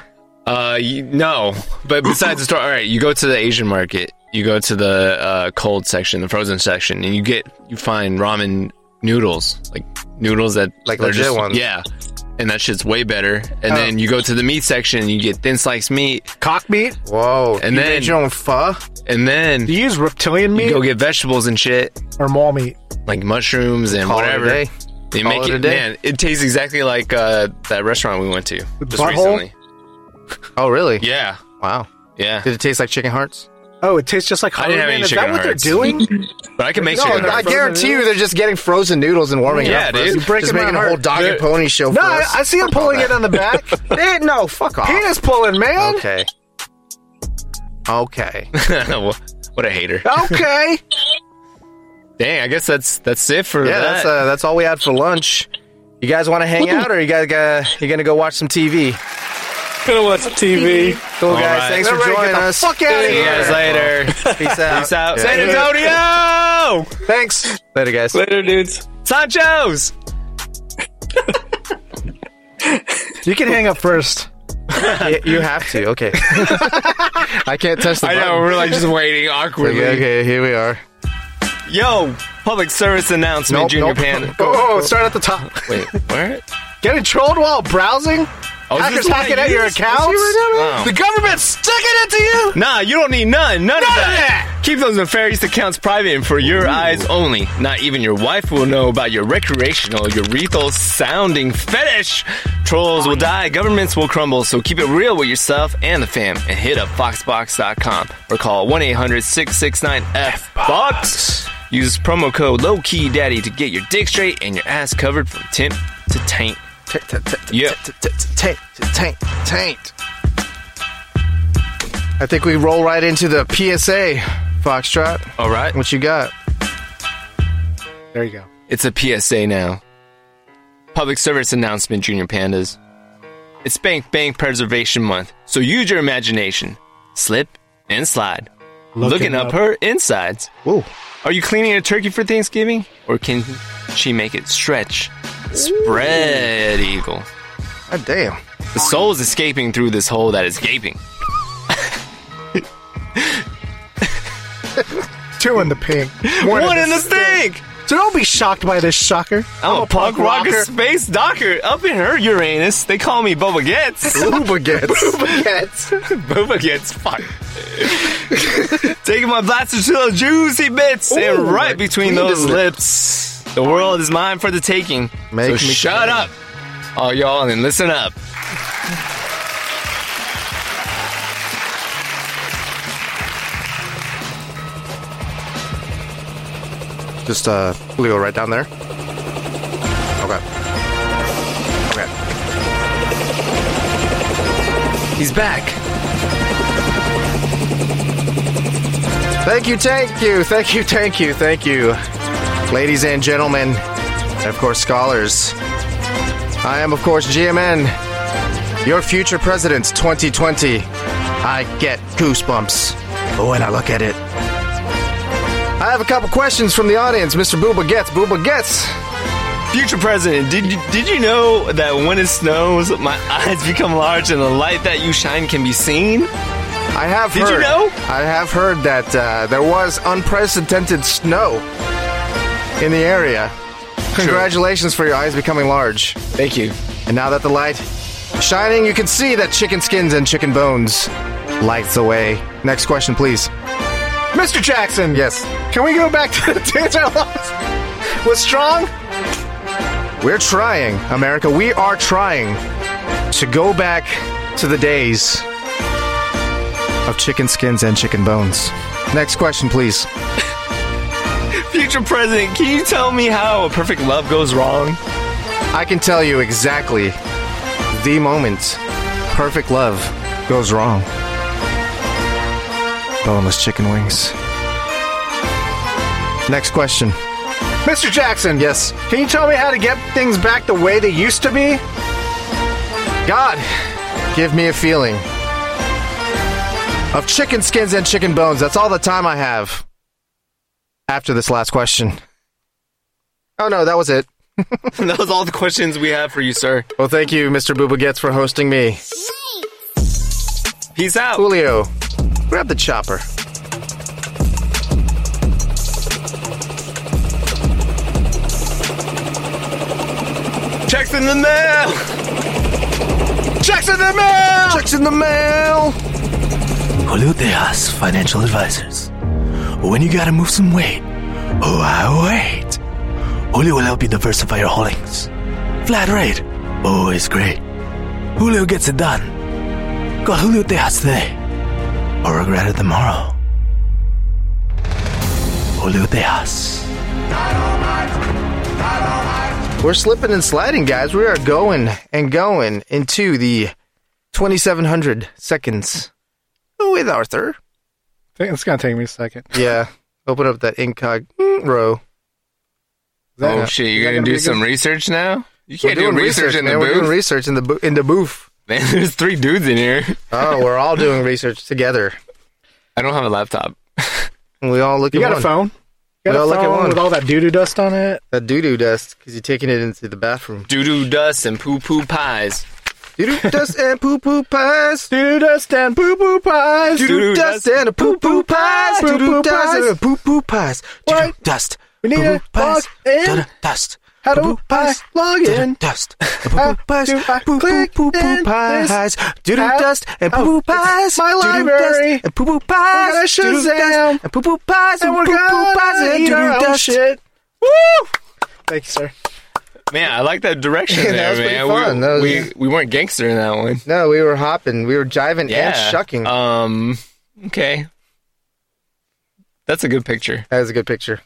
S6: uh, you, no. But besides the store, all right, you go to the Asian market, you go to the uh, cold section, the frozen section, and you get, you find ramen noodles, like noodles that
S4: Like
S6: they're
S4: legit
S6: just,
S4: ones.
S6: Yeah. And that shit's way better. And then you go to the meat section and you get thin sliced meat.
S1: Cock meat?
S4: Whoa.
S6: And
S4: you
S6: then-
S4: made your own pho?
S6: And then
S1: Do you use reptilian
S6: you
S1: meat
S6: go get vegetables and shit,
S1: or mole meat?
S6: like mushrooms and
S4: Call it a
S6: whatever.
S4: day.
S6: They
S4: Call
S6: make
S4: it
S6: it,
S4: a day.
S6: man, it tastes exactly like uh, that restaurant we went to just
S1: Butthole?
S6: recently.
S4: Oh, really?
S6: Yeah.
S4: Wow.
S6: Yeah.
S4: Did it taste like chicken hearts?
S1: Oh, it tastes like
S6: I didn't have
S1: Halloween.
S6: any
S1: Is that
S6: chicken
S1: what they're
S6: hearts.
S1: doing?
S6: But I can make
S4: No,
S6: chicken
S4: I
S6: hearts.
S4: guarantee you they're just getting frozen noodles and warming it
S6: Yeah,
S4: up. for us.
S6: dude.
S4: Just
S1: Breaking my
S4: making a
S1: heart.
S4: whole dog and
S6: They're-
S4: pony show
S1: no,
S4: for
S1: I,
S4: us.
S1: I see him pulling it on the back.
S4: Eh, no, fuck off.
S1: Penis pulling, man.
S4: Okay. Okay.
S6: what a hater.
S1: Okay.
S6: Dang, I guess that's that's it for
S4: Yeah,
S6: that.
S4: that's uh, that's all we had for lunch. You guys want to hang out, or you guys uh, you gonna go watch some TV?
S2: Gonna watch TV.
S4: Cool
S6: All
S4: guys,
S6: right.
S4: thanks for
S1: Everybody get
S4: joining
S1: the
S4: us.
S1: fuck outta
S6: See you guys later.
S4: Peace out.
S6: Peace out.
S4: Yeah.
S6: San Antonio!
S4: Thanks. Later, guys.
S2: Later, dudes.
S6: Sancho's!
S1: You can hang up first.
S4: Y- you have to. Okay. I can't touch the
S6: I
S4: button.
S6: know, we're like just waiting awkwardly.
S4: Okay, okay, here we are.
S6: Yo, public service announcement, Junior Pan.
S4: Oh, start at the top.
S6: Wait, where?
S4: Getting trolled while browsing?
S6: Oh, is
S4: Hackers
S6: this what
S4: hacking
S6: I
S4: at your
S6: use?
S4: accounts?
S1: Oh.
S6: right now?
S4: The government's sticking it to you?
S6: Nah, you don't need none. None, of,
S4: of
S6: that.
S4: that.
S6: Keep those nefarious accounts private and for your eyes only. Not even your wife will know about your recreational, urethral sounding fetish. Trolls will die, governments will crumble, so keep it real with yourself and the fam and hit up foxbox.com or call 1 800 669 FBOX. Use promo code LOWKEYDADDY to get your dick straight and your ass covered from tip to taint. Yeah.
S4: Taint, taint, taint. I think we roll right into the PSA, Foxtrot.
S6: All right?
S4: What you got?
S1: There you go.
S6: It's a PSA now. Public service announcement, Junior Pandas. It's Bank Bank Preservation Month, so use your imagination. Slip and slide. Looking, up, her insides.
S4: Ooh.
S6: Are you cleaning a turkey for Thanksgiving? Or can she make it stretch? Spread eagle.
S4: God damn.
S6: The soul's escaping through this hole that is gaping.
S1: Two in the pink.
S6: One, in the stink!
S1: So don't be shocked by this shocker.
S6: I'm, a punk rocker, space docker up in her Uranus. They call me Bubba Gets. Booba gets fucked. Taking my blaster to those juicy bits and right between those lips. The world is mine for the taking.
S4: Make
S6: so
S4: me
S6: shut
S4: cry.
S6: up, all y'all, and listen up.
S4: Just uh, Leo, right down there. Okay. Okay.
S6: He's back.
S4: Thank you, thank you, thank you, thank you, thank you, ladies and gentlemen, and of course scholars. I am, of course, GMN, your future president's 2020. I get goosebumps when I look at it. I have a couple questions from the audience, Mr. Booba Gets. Booba Gets.
S6: Future president, did you, did you know that when it snows, my eyes become large and the light that you shine can be seen?
S4: I have
S6: Did you
S4: heard.
S6: know?
S4: I have heard that uh, there was unprecedented snow in the area. Congratulations for your eyes becoming large.
S6: Thank you.
S4: And now that the light is shining, you can see that chicken skins and chicken bones lights the way. Next question, please.
S1: Mr. Jackson.
S4: Yes.
S1: Can we go back to the days I lost? Was strong?
S4: We're trying, America. We are trying to go back to the days of chicken skins and chicken bones. Next question, please.
S6: Future president, can you tell me how a perfect love goes wrong?
S4: I can tell you exactly the moment perfect love goes wrong. Boneless chicken wings. Next question.
S1: Mr. Jackson.
S4: Yes.
S1: Can you tell me how to get things back the way they used to be?
S4: God, give me a feeling of chicken skins and chicken bones. That's all the time I have after this last question. Oh no, that was it.
S6: that was all the questions we have for you, sir.
S4: Well, thank you, Mr. Booba Gets, for hosting me.
S6: Peace out.
S4: Julio, grab the chopper.
S6: Checks in the mail.
S4: Checks in the mail! Checks in the mail!
S8: Colutejas Financial Advisors. When you gotta move some weight, oh, I wait. Julio will help you diversify your holdings. Flat rate, always great. Julio gets it done. Call Julio Tejas today, or regret it tomorrow. Julio Tejas.
S4: We're slipping and sliding, guys. We are going and going into the 2700 seconds with Arthur.
S1: Think It's gonna take me a second.
S4: Yeah. Open up that incog mm, row.
S6: Oh
S4: Yeah.
S6: shit,
S4: Is
S6: you're
S4: that
S6: gonna,
S4: gonna be
S6: do
S4: good?
S6: some research now? You can't do research, in the
S4: man. We're doing
S6: booth.
S4: research in the bo- in the booth.
S6: man, there's three dudes in here.
S4: Oh, we're all doing research together.
S6: I don't have a laptop.
S4: And we all look
S1: You
S4: at
S1: got
S4: one.
S1: a phone? You got
S4: Well,
S1: a
S4: look at
S1: phone
S4: one.
S1: with all that doo doo dust on it.
S4: That doo doo dust because you're taking it into the bathroom.
S6: Doo doo dust and poo poo pies.
S4: Doo doo dust and poo poo pies.
S1: Doo doo dust and poo poo pies.
S4: Doo doo
S6: Doo-doo
S4: dust
S6: dust.
S4: and a poo poo pies. Doo
S1: Poo-poo
S4: doo dust and
S1: pies.
S4: a poo poo pies. Doo doo
S1: What?
S4: dust.
S1: We need
S4: Poo-poo
S1: to log in.
S4: Doo-doo Dust.
S1: How do
S4: Poo-poo
S1: I
S4: pies.
S1: log
S4: Doo-doo
S1: in?
S4: Dust. The Poo poo pies.
S1: do I
S4: Poo poo
S1: click
S4: poo
S1: in
S4: poo pies.
S1: this
S4: Doo doo
S1: app?
S4: dust and
S1: Oh,
S4: poo poo
S1: it's
S4: pies.
S1: my
S4: Doo-doo dust
S1: library.
S4: And poo poo pies.
S1: gonna
S4: Doo-doo dust
S1: Shazam.
S4: And poo poo pies.
S1: And
S4: And
S1: we're
S4: poo poo pies.
S1: gonna
S4: And
S1: eat
S4: doo
S1: our
S4: doo
S1: own
S4: dust.
S1: shit. Woo! Thank you, sir.
S6: Man, I like that direction
S4: Yeah, that
S6: there,
S4: was pretty
S6: man.
S4: fun. That was-
S6: We, we we weren't gangster in that one.
S4: No, we were hopping. We were jiving and
S6: Yeah.
S4: shucking.
S6: Um. Okay. That's a good picture.
S4: that was a good picture.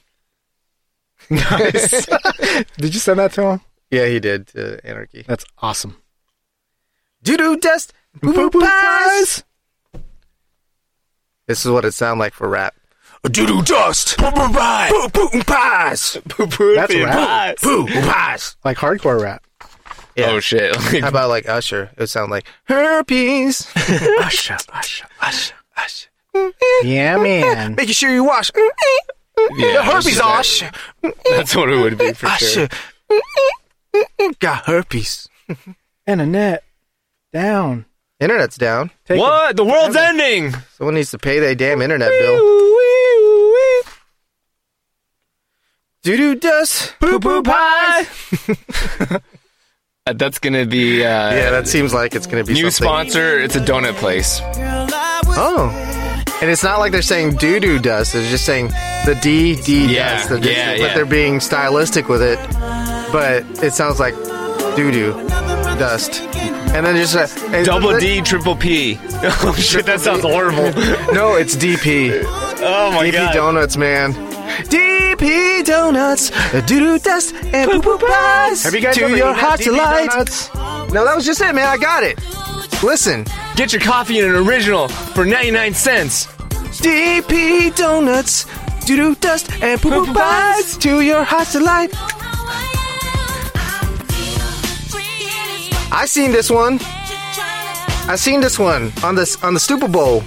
S6: Nice.
S1: Did you send that to him?
S4: Yeah, he did. To Anarchy.
S1: That's awesome.
S4: Doo doo dust. Poo poo pies. This is what it sounded like for rap. Doo doo dust. Poo poo pies. Poo poo pies.
S6: poo poo
S1: That's
S6: poo
S1: rap.
S6: pies.
S4: Poo poo pies.
S1: Like hardcore rap.
S4: Yeah.
S6: Oh shit.
S4: How about like Usher? It would sound like herpes.
S1: Usher, Usher, Usher, Usher. Yeah, man.
S4: Making sure you wash.
S6: Yeah,
S4: the herpes on.
S6: that's- That's what it would be for sure.
S4: Usher. Got herpes.
S1: Internet down.
S4: Internet's down.
S1: Take it.
S6: What? The world's ending.
S4: Someone needs to pay their damn internet bill. Oh. Doo doo dust.
S6: Poo poo pie. Uh, That's gonna be uh,
S4: Yeah, that seems like it's gonna be
S6: new
S4: something.
S6: sponsor. It's a donut place.
S4: Oh. And it's not like they're saying doo doo dust. They're just saying the D D
S6: Yeah,
S4: dust. They're just-
S6: yeah,
S4: but
S6: yeah.
S4: they're being stylistic with it. But it sounds like doo doo dust. And then just uh, and-
S6: Double D, triple P. Oh shit, that sounds horrible.
S4: No, it's DP.
S6: Oh my
S4: DP
S6: god.
S4: donuts, man. DP donuts, doo doo dust, and poo poo pies.
S1: Have you guys
S4: to
S1: ever
S4: your
S1: eaten at
S4: heart
S1: DP
S4: delight?
S1: Donuts?
S4: No, that was just it, man. I got it. Listen,
S6: Get your coffee in an original for 99 cents.
S4: DP donuts, doo doo dust, and poo poo pies. To your heart's delight. I seen this one. I seen this one on this on the Super Bowl.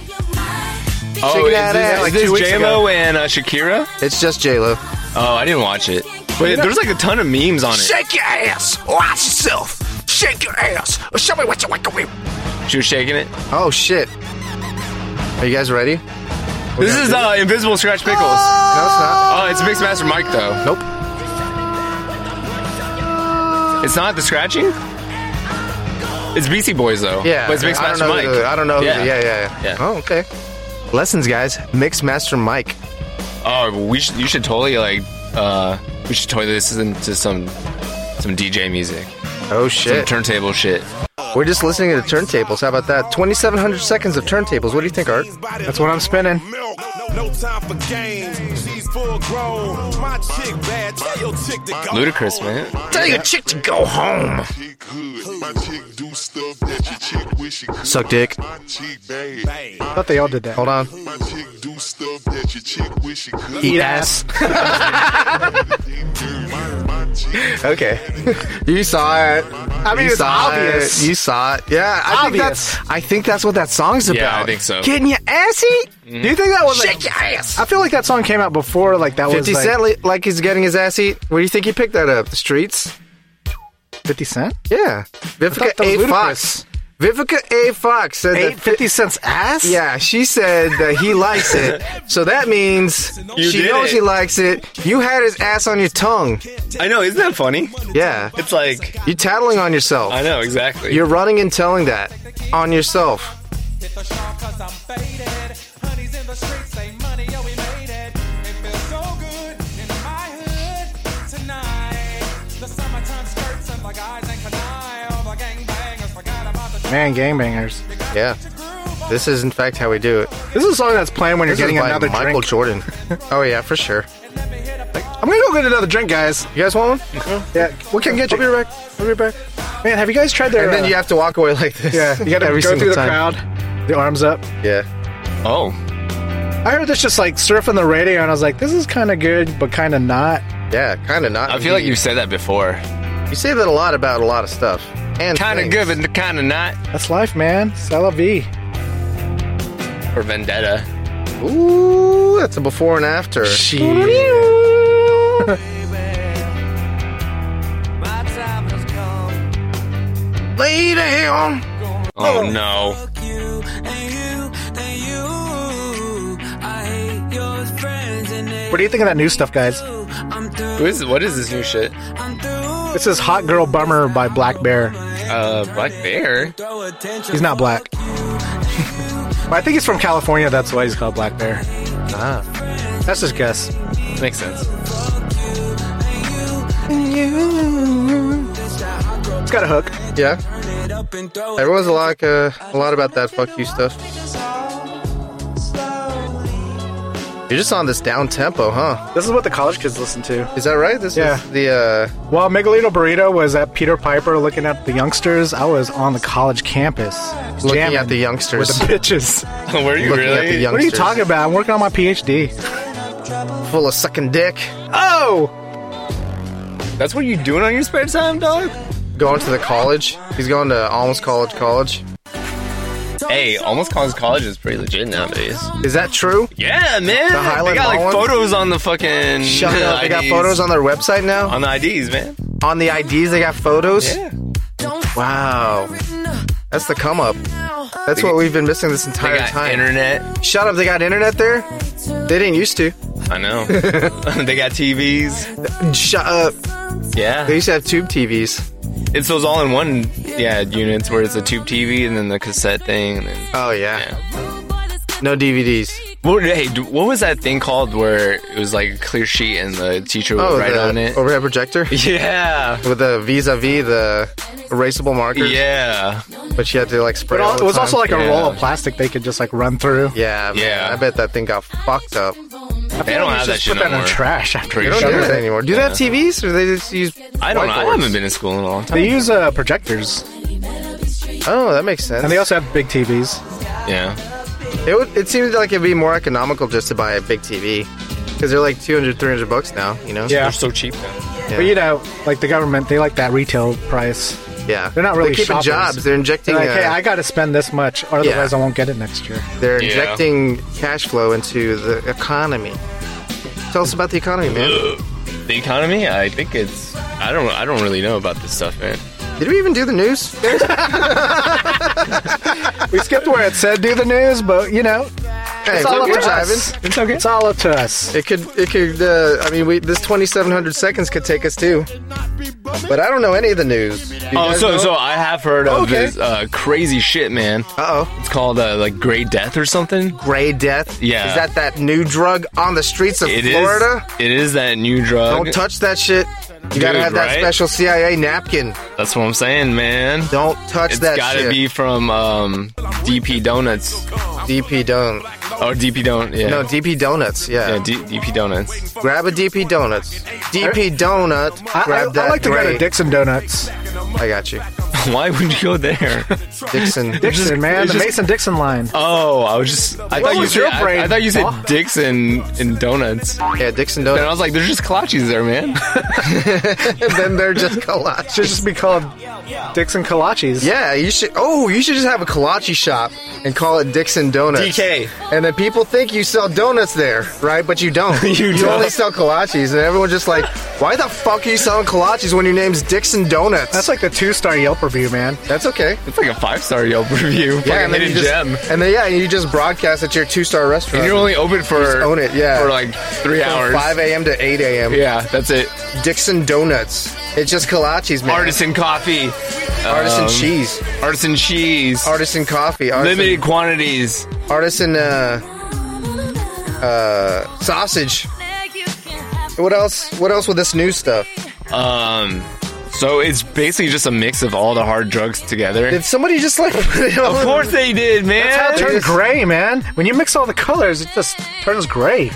S6: Oh,
S4: Shaking
S6: is
S4: that ass
S6: this,
S4: like
S6: uh, is this
S4: two weeks
S6: J-Lo and uh, Shakira?
S4: eh? It's just J Lo.
S6: Oh, I didn't watch it. But there's like a ton of memes on it.
S4: your ass, watch yourself. Shake your ass, show me what you want to whip.
S6: She was shaking it.
S4: Oh shit! Are you guys ready?
S6: This is uh, Invisible Scratch Pickles.
S4: No, it's not.
S6: Oh, it's Mixmaster Mike though.
S4: Nope.
S6: It's not the scratching. It's BC Boys though.
S4: Yeah,
S6: but it's
S4: I don't
S6: Mixmaster
S4: know.
S6: Mike.
S4: who- I don't know. who-
S6: Yeah.
S4: Yeah. yeah, yeah,
S6: Yeah.
S4: Oh, okay. Lessons, guys. Mix Master Mike.
S6: Oh, we should, you should totally like. uh We should totally listen to some some DJ music,
S4: Oh
S6: some
S4: shit!
S6: turntable shit.
S4: We're just listening to turntables. How about that? Twenty-seven hundred seconds of turntables. What do you think, Art?
S1: That's what I'm spinning.
S9: milk. No time for games. She's full grown. My chick bad. Tell your chick to go.
S6: Ludicrous, man.
S4: Tell your chick to go home.
S10: chick good. My chick do stuff that your chick wish she could.
S4: Suck dick.
S10: My chick bad.
S1: I thought they all did that.
S4: Hold on.
S10: My chick do stuff that your chick wish she could.
S4: Eat ass.
S10: My, my chick
S4: Okay. you saw it. I
S1: mean, it's obvious.
S4: You saw it. Yeah. I
S1: Obvious.
S4: think that's. I think that's what that song's about.
S6: Yeah, I think so.
S4: Getting your ass eat.
S1: Do you think that was like?
S4: Shake your ass.
S1: I feel like that song came out before like that was
S4: 50
S1: like
S4: Cent, li- like he's getting his ass eat. Where do you think he picked that up? The streets?
S1: 50 Cent.
S4: Yeah. Vivica
S1: that was
S4: A. Fox. Vivica A. Fox said
S1: Eight
S4: that. fi-
S1: fifty cents ass.
S4: yeah, she said that he likes it. So that means she
S6: did
S4: knows
S6: it.
S4: he likes it. You had his ass on your tongue.
S6: I know, isn't that funny?
S4: Yeah.
S6: It's like
S4: You tattling on yourself.
S6: I know exactly.
S4: You're running and telling that on yourself.
S1: Man, gangbangers.
S4: Yeah. This is, in fact, how we do it.
S1: This is a song that's playing when
S4: This
S1: you're
S4: is
S1: getting
S4: by
S1: another
S4: Michael
S1: drink.
S4: Jordan. Oh, yeah, for sure.
S1: I'm gonna go get another drink, guys.
S4: You guys want one?
S1: Yeah, what can get you? I'll be back. I'll be back. Man, have you guys tried their?
S4: And then
S1: uh,
S4: you have to walk away like this.
S1: yeah, you gotta
S4: every
S1: go
S4: single
S1: through the
S4: time.
S1: crowd, the arms up.
S4: Yeah.
S6: oh,
S1: I heard this just like surfing the radio, and I was like, this is kind of good, but kind of not.
S4: Yeah, kind of not.
S6: I feel like you've said that before.
S4: you say that a lot about a lot of stuff. And
S6: Kind of
S4: things.
S6: good, but kind of not.
S1: That's life, man. C'est la vie.
S6: Or vendetta.
S4: Ooh, that's a before and after.
S1: Shit.
S4: Later on.
S6: Oh no.
S1: What do you think of that new stuff, guys?
S6: Who is what is this new shit?
S1: This is Hot Girl Bummer by Black Bear.
S6: Uh, Black Bear.
S1: He's not black. but I think he's from California. That's why he's called Black Bear.
S6: Ah,
S1: That's just guess.
S6: makes sense.
S1: It's got a hook.
S4: Yeah. There was a lot, uh, a lot about that fuck you stuff. You're just on this down tempo, huh?
S1: This is what the college kids listen to.
S4: Is that right? This
S1: Yeah.
S4: is the uh,
S1: While Miguelito Burrito was at Peter Piper looking at the youngsters, I was on the college campus
S4: looking
S1: jamming
S4: at the youngsters.
S1: with the bitches.
S6: Were you
S4: Looking at the
S6: really?
S4: young-
S1: What are you
S4: Youngsters.
S1: talking about? I'm working on my PhD.
S4: full of sucking dick.
S1: Oh,
S6: That's what you doing on your spare time, dog?
S4: Going to the college. He's going to almost college college.
S6: Hey, almost college college is pretty legit nowadays.
S4: Is that true?
S6: Yeah, man.
S4: The Highland
S6: they got
S4: Ballin'?
S6: like photos on the fucking.
S4: Shut up. They got
S6: IDs.
S4: photos on their website now?
S6: Mm, on the IDs, man.
S4: On the IDs, they got photos?
S6: Yeah.
S4: Wow. That's the come up. That's what we've been missing this
S6: They
S4: entire
S6: got
S4: time.
S6: internet.
S4: Shut up. They got internet there? They didn't used to.
S6: I know. they got TVs.
S4: Shut up. They
S6: Yeah.
S4: used to have tube TVs.
S6: It's those all in one yeah units where it's a tube TV and then the cassette thing and then.
S4: Oh, yeah.
S6: Yeah.
S4: No DVDs.
S6: What, hey, d- what was that thing called where it was like a clear sheet and the teacher would
S4: Oh,
S6: write
S4: the
S6: on it?
S4: overhead projector
S6: Yeah.
S4: with the vis-a-vis the erasable markers.
S6: Yeah.
S4: But you had to like spray.
S1: but
S4: all
S1: al-
S4: the
S1: it was
S4: time.
S1: also like
S6: Yeah.
S1: a roll of plastic they could just like run through.
S4: Yeah, man,
S6: Yeah.
S4: I bet that thing got fucked up.
S6: They don't have that
S1: just
S6: shit
S1: put
S6: no
S1: that in
S6: more.
S1: the trash after
S4: They
S1: you
S4: don't
S1: shut
S4: do
S1: it.
S4: that anymore. Do they have TVs or they just use?
S6: I don't know. I
S4: whiteboards?
S6: haven't been in school in a long time.
S1: They use uh, projectors,
S4: Oh, that makes sense.
S1: and they also have big TVs.
S6: Yeah.
S4: it, would, it seems like it'd be more economical just to buy a big TV because they're like 200, 300 bucks now. You know?
S1: Yeah.
S6: They're so cheap now.
S4: Yeah.
S1: But you know, like the government, they like that retail price.
S4: yeah.
S1: They're not really
S4: They're keeping
S1: shoppers.
S4: jobs. They're injecting.
S1: They're like,
S4: uh,
S1: hey, I got to spend this much, or otherwise I won't get it next year.
S4: they're
S6: Yeah.
S4: injecting cash flow into the economy. Tell us about the economy, man.
S6: The economy, I think it's. I don't. I don't really know about this stuff, man.
S4: Did we even do the news?
S1: We skipped where it said do the news, but you know,
S4: Hey,
S1: it's all up
S4: we're
S1: to us.
S4: driving.
S1: It's okay. It's all up to us.
S4: It could, it could. Uh, I mean, we, this twenty seven hundred seconds could take us too. But I don't know any of the news. Do you
S6: Oh,
S4: guys
S6: so
S4: know? Oh,
S6: so I have heard of
S4: Okay.
S6: this uh, crazy shit, man.
S4: Uh-oh.
S6: It's called uh, like Great Death or something.
S4: Gray Death.
S6: Yeah.
S4: Is that that new drug on the streets of
S6: It is.
S4: Florida?
S6: It is that new drug.
S4: Don't touch that shit. You gotta
S6: Dude,
S4: have that
S6: right?
S4: special CIA napkin.
S6: That's what I'm saying, man.
S4: Don't touch
S6: It's
S4: that
S6: gotta
S4: shit.
S6: be from um, DP Donuts Oh,
S4: DP Don.
S6: or DP Don't. Yeah.
S4: No, DP Donuts. Yeah.
S6: yeah, D- DP Donuts.
S4: grab a DP Donuts. DP Donut.
S1: I, I,
S4: grab that.
S1: I like to go
S4: gray-
S1: to Dixon Donuts.
S4: I got you.
S6: Why would you go there?
S4: Dixon.
S1: Dixon, man,
S6: it's
S1: the
S6: just-
S1: Mason Dixon line.
S6: Oh, I was just. I thought you
S1: was
S6: said.
S1: your
S6: I-
S1: brain?
S6: I, thought you said
S1: Huh?
S6: dicks and, and donuts, and
S4: yeah, Dixon
S6: I
S4: Donuts.
S6: was like, "There's just kolaches there, man."
S4: and then they're just
S1: Should
S4: kolaches.
S1: just be called Dixon Kolaches.
S4: Yeah, you should. Oh, you should just have a kolache shop and call it Dixon Donuts.
S6: DK.
S4: And then people think you sell donuts there, right? But you don't.
S6: You
S4: only
S6: don't.
S4: sell kolaches, and everyone's just like, "Why the fuck are you selling kolaches when your name's Dixon Donuts?"
S1: That's like the two star Yelp review, man.
S4: that's okay.
S6: It's like a five star Yelp review. Yeah,
S4: and
S6: Fucking
S4: then you
S6: hidden
S4: just,
S6: gem.
S4: and then yeah, you just broadcast at your two-star
S6: And
S4: restaurant.
S6: you're only open for
S4: own it, yeah.
S6: for like three
S4: from
S6: hours.
S4: 5 a.m. to 8 a.m.
S6: Yeah, that's it.
S4: Dixon Donuts. It's just kolaches, man.
S6: Artisan coffee,
S4: Artisan
S6: um,
S4: cheese,
S6: artisan cheese,
S4: artisan coffee, artisan,
S6: limited quantities.
S4: artisan uh, uh, sausage. What else? What else with this new stuff?
S6: Um, so it's basically just a mix of all the hard drugs together.
S4: Did somebody just like put it
S6: of
S4: on?
S6: course they did, man.
S1: That's how it turns
S4: is.
S1: gray, man. When you mix all the colors, it just turns gray.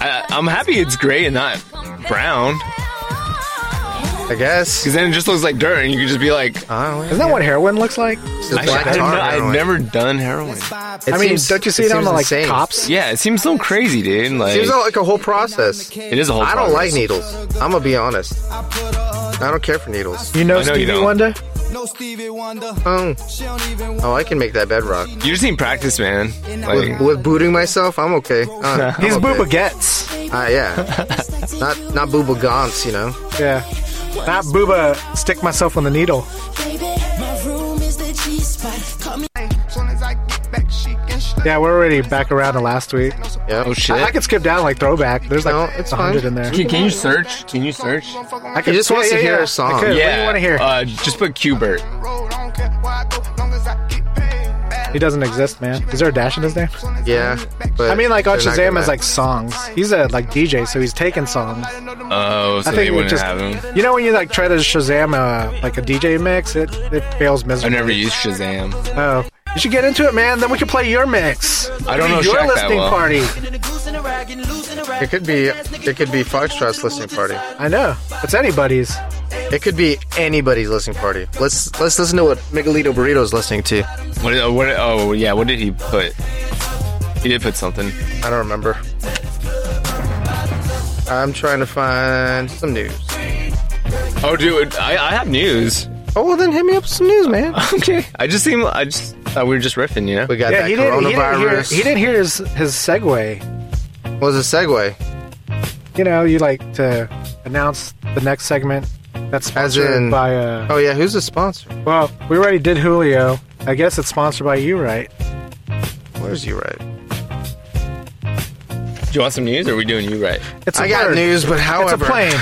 S6: I, I'm happy it's gray and not brown.
S4: I guess.
S6: Because then it just looks like dirt, and you could just be like,
S4: Oh, yeah.
S1: Isn't that what heroin looks like?
S4: It's just
S6: I
S4: black
S6: should- I
S4: tar
S6: didn't know- I've
S4: heroin.
S6: never done heroin.
S4: It
S1: I mean,
S4: seems-
S1: don't you see it, on
S4: seems
S1: the like
S4: insane.
S1: cops?
S6: Yeah, it seems so crazy, dude. Like,
S4: Seems like a whole process.
S6: it is a whole.
S4: I don't like
S6: process.
S4: needles. I'm gonna be honest. I don't care for needles.
S1: You know,
S6: I know you
S1: Stevie
S6: don't.
S1: Wonder?
S4: Oh, oh, I can make that bedrock.
S6: You just need practice, man.
S4: With,
S6: Like,
S4: with booting myself, I'm okay. Uh,
S1: He's
S4: I'm
S1: Booba
S4: okay.
S1: Gets.
S4: Uh, yeah, not not booba gaunts, you know.
S1: Yeah. Not Booba stick myself on the needle. Yeah, we're already back around to last week.
S4: Yeah.
S6: oh shit.
S1: I, I could skip down like throwback. There's like
S4: No,
S1: a
S4: it's
S1: 100
S4: fine.
S1: in there.
S6: Dude, can you search? Can you search?
S1: I could,
S4: just wants to hear a song.
S1: I could. What do you want to hear?
S6: Uh, just put Qbert.
S1: he doesn't exist, man. Is there a dash in his name?
S4: Yeah, but
S1: I mean, like on
S4: they're not
S1: Shazam
S4: gonna-
S1: is like songs. He's a like DJ, so he's taking songs.
S6: Oh,
S1: I
S6: so they
S1: think it
S6: wouldn't
S1: just
S6: have him.
S1: you know when you like try to Shazam uh, like a DJ mix, it it fails
S6: I
S1: miserably.
S6: never used Shazam.
S1: Oh, you should get into it, man. Then we can play your mix.
S6: I don't
S1: Be
S6: know
S1: your
S6: Shaq that
S1: listening
S6: well.
S1: party.
S4: It could be it could be Foxtrot's listening party.
S1: I know it's anybody's.
S4: It could be anybody's listening party. Let's let's listen to what Miguelito Burrito's listening to.
S6: What, oh, what? Oh, yeah. What did he put? He did put something.
S4: I don't remember. I'm trying to find some news.
S6: Oh, dude, I, I have news.
S4: Oh well, then hit me up with some news, man.
S6: Okay. I just seem. I just thought we were just riffing, you know.
S4: We got
S1: yeah,
S4: that
S1: he didn't. He didn't, hear,
S4: coronavirus.
S1: he didn't hear his his segue.
S4: What was a segue.
S1: You know, you like to announce the next segment. That's
S4: As
S1: sponsored
S4: in-
S1: by uh,
S4: Oh yeah, who's the sponsor?
S1: Well, we already did Julio. I guess it's sponsored by you, right?
S4: Where's you right?
S6: Do you want some news, or are we doing you right?
S1: It's a
S4: I got
S1: bird.
S4: news, but however,
S1: It's a plane.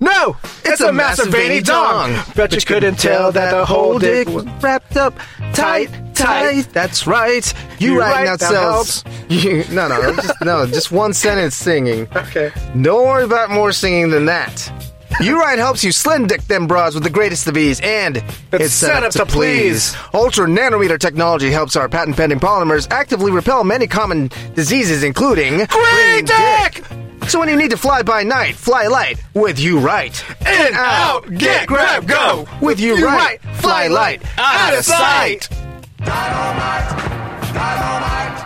S1: No, it's,
S4: a
S1: a, massive veiny
S4: masturbating
S1: dong.
S4: dong.
S1: Bet you couldn't tell that the whole dick was.
S4: wrapped up tight, tight. That's right. You,
S1: You
S4: right,
S1: right,
S4: now
S1: that
S4: sells. You, no, no, it was just, no, just one sentence singing.
S1: Okay.
S4: Don't worry about more singing than that. You right helps you slim dick them broads with the greatest of ease, and it's, set, up, to please. Ultra nanometer technology helps our patent pending polymers actively repel many common diseases, including green dick. So when you need to fly by night, fly light with you right. In out, get grab go with you, right, Fly light out of sight.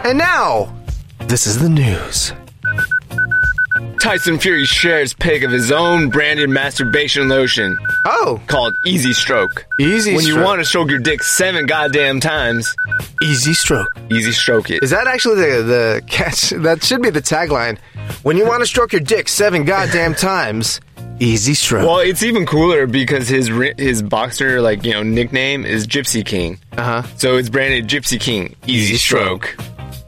S4: And now, this is the news.
S6: Tyson Fury shares pic of his own branded masturbation lotion
S4: Oh,
S6: called Easy Stroke.
S4: easy.
S6: when you
S4: stroke.
S6: want to stroke your dick seven goddamn times,
S4: easy stroke.
S6: easy stroke it.
S4: Is that actually the the catch? That should be the tagline. When you want to stroke your dick seven goddamn times, easy stroke.
S6: Well, it's even cooler because his ri- his boxer like you know nickname is Gypsy King.
S4: Uh huh.
S6: So it's branded Gypsy King Easy Stroke.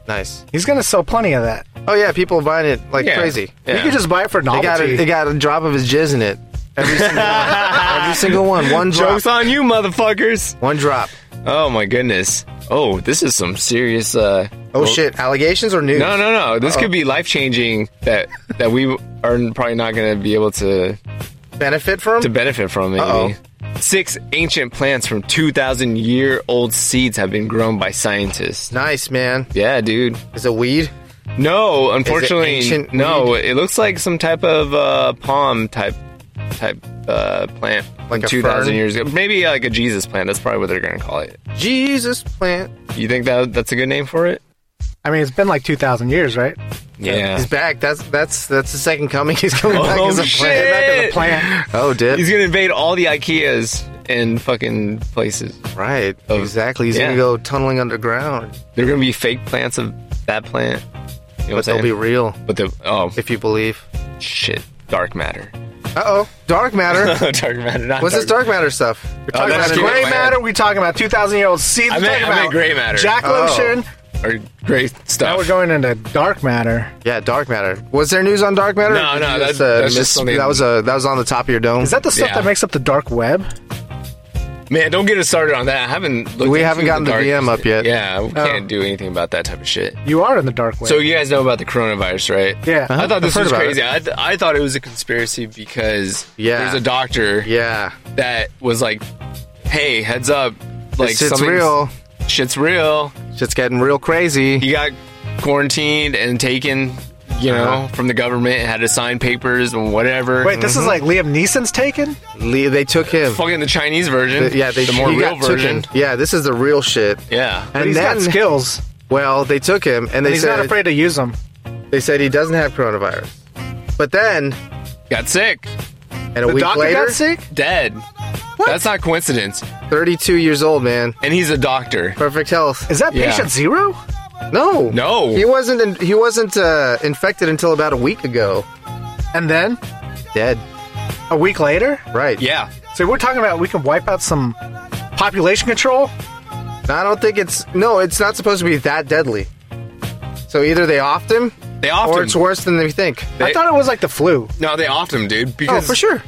S4: Nice.
S1: He's gonna sell plenty of that.
S4: Oh yeah, people buying it like
S6: Yeah.
S4: crazy.
S6: Yeah.
S1: You could just buy it for
S4: They got
S1: novelty.
S4: a, they got a drop of his jizz in it. Every single one. Every single one. One drop.
S6: Jokes on you, motherfuckers!
S4: One drop.
S6: Oh my goodness. Oh, this is some serious. uh
S4: Oh
S6: well-
S4: shit! Allegations or news?
S6: No, no, no. This could be life changing. That that we are probably not going to be able to
S4: Benefit from?
S6: to benefit from. Maybe
S4: Uh-oh.
S6: six ancient plants from two thousand year old seeds have been grown by scientists.
S4: nice man.
S6: Yeah, dude.
S4: Is it weed?
S6: No, unfortunately,
S4: ancient
S6: no. It looks like some type of uh, palm type type uh, plant,
S4: Like a
S6: two thousand
S4: fern?
S6: years ago. Maybe uh, like a Jesus plant. That's probably what they're gonna call it.
S4: Jesus plant.
S6: You think that that's a good name for it?
S1: I mean, it's been like two thousand years, right?
S6: Yeah.
S4: He's back. That's that's that's the second coming. He's coming back
S6: Oh,
S4: as a
S6: shit.
S4: plant.
S1: Back in the plant.
S4: Oh, dip.
S6: He's gonna invade all the IKEAs and fucking places.
S4: Right.
S6: Of-
S4: exactly. He's
S6: yeah.
S4: gonna go tunneling underground,
S6: They're gonna be fake plants of that plant. You know
S4: but
S6: what I'm
S4: they'll be
S6: saying?
S4: real
S6: but the oh
S4: if you believe.
S6: shit, dark matter.
S4: Uh oh, dark matter.
S6: dark matter. Not
S4: What's this dark matter stuff? We're
S6: Oh,
S4: talking
S6: that's
S4: about
S6: cute.
S1: Gray
S6: Plant.
S1: matter. We're talking about two thousand year old seeds.
S6: I
S1: We're
S6: meant-
S1: talking
S6: I meant
S1: about
S6: gray matter.
S1: Jack
S4: Oh.
S1: lotion.
S6: Or great stuff.
S1: Now we're going into dark matter.
S4: yeah, dark matter. Was there news on dark matter?
S6: No,
S4: Did
S6: no,
S4: you
S6: that-
S4: just,
S6: that's just something-
S4: that was a that was on the top of your dome.
S1: Is that the stuff
S6: Yeah.
S1: that makes up the dark web?
S6: Man, don't get us started on that. I haven't. Looked
S4: We
S6: into
S4: haven't gotten the
S6: dark-
S4: VM up yet.
S6: Yeah, we can't
S1: Oh.
S6: do anything about that type of shit.
S1: You are in the dark web.
S6: So you guys know about the coronavirus, right?
S1: Yeah.
S6: I thought this
S4: Uh-huh. I've heard
S6: was
S4: about
S6: crazy. I, th- I thought it was a conspiracy because
S4: Yeah.
S6: there's a doctor
S4: yeah,
S6: that was like, "Hey, heads up,
S4: like
S6: like
S4: shit's
S6: something's-
S4: real.
S6: Shit's real.
S4: Shit's getting real crazy.
S6: You got quarantined and taken you know,
S4: Uh-huh.
S6: from the government and had to sign papers and whatever.
S1: Wait, this
S4: Mm-hmm.
S1: is like Liam Neeson's taken?
S4: Lee, they took him.
S6: fucking the Chinese version.
S4: The- yeah, they
S6: the more
S4: he
S6: real
S4: got took him.
S6: version.
S4: Yeah, this is the real shit.
S6: Yeah.
S1: But he's got skills.
S4: well, they took him, and they
S1: He's
S4: said
S1: not afraid to use them.
S4: they said he doesn't have coronavirus. But then,
S6: got sick,
S4: and
S1: The
S4: a week
S1: doctor
S4: later,
S1: got sick?
S6: dead. That's not coincidence.
S4: 32 years old, man,
S6: And he's a doctor.
S4: perfect health.
S1: Is that
S6: Yeah.
S1: patient zero?
S4: No,
S6: No.
S4: he wasn't. In, he wasn't uh, infected until about a week ago.
S1: And then
S4: Dead.
S1: a week later?
S4: Right.
S6: Yeah.
S1: So we're talking about we can wipe out some population control?
S4: I don't think it's. No, it's not supposed to be that deadly. So either they offed him,
S6: They often
S4: or it's worse than they think.
S1: I thought it was like the flu.
S6: No, they offed him, dude.
S4: Oh,
S6: Because
S4: for sure.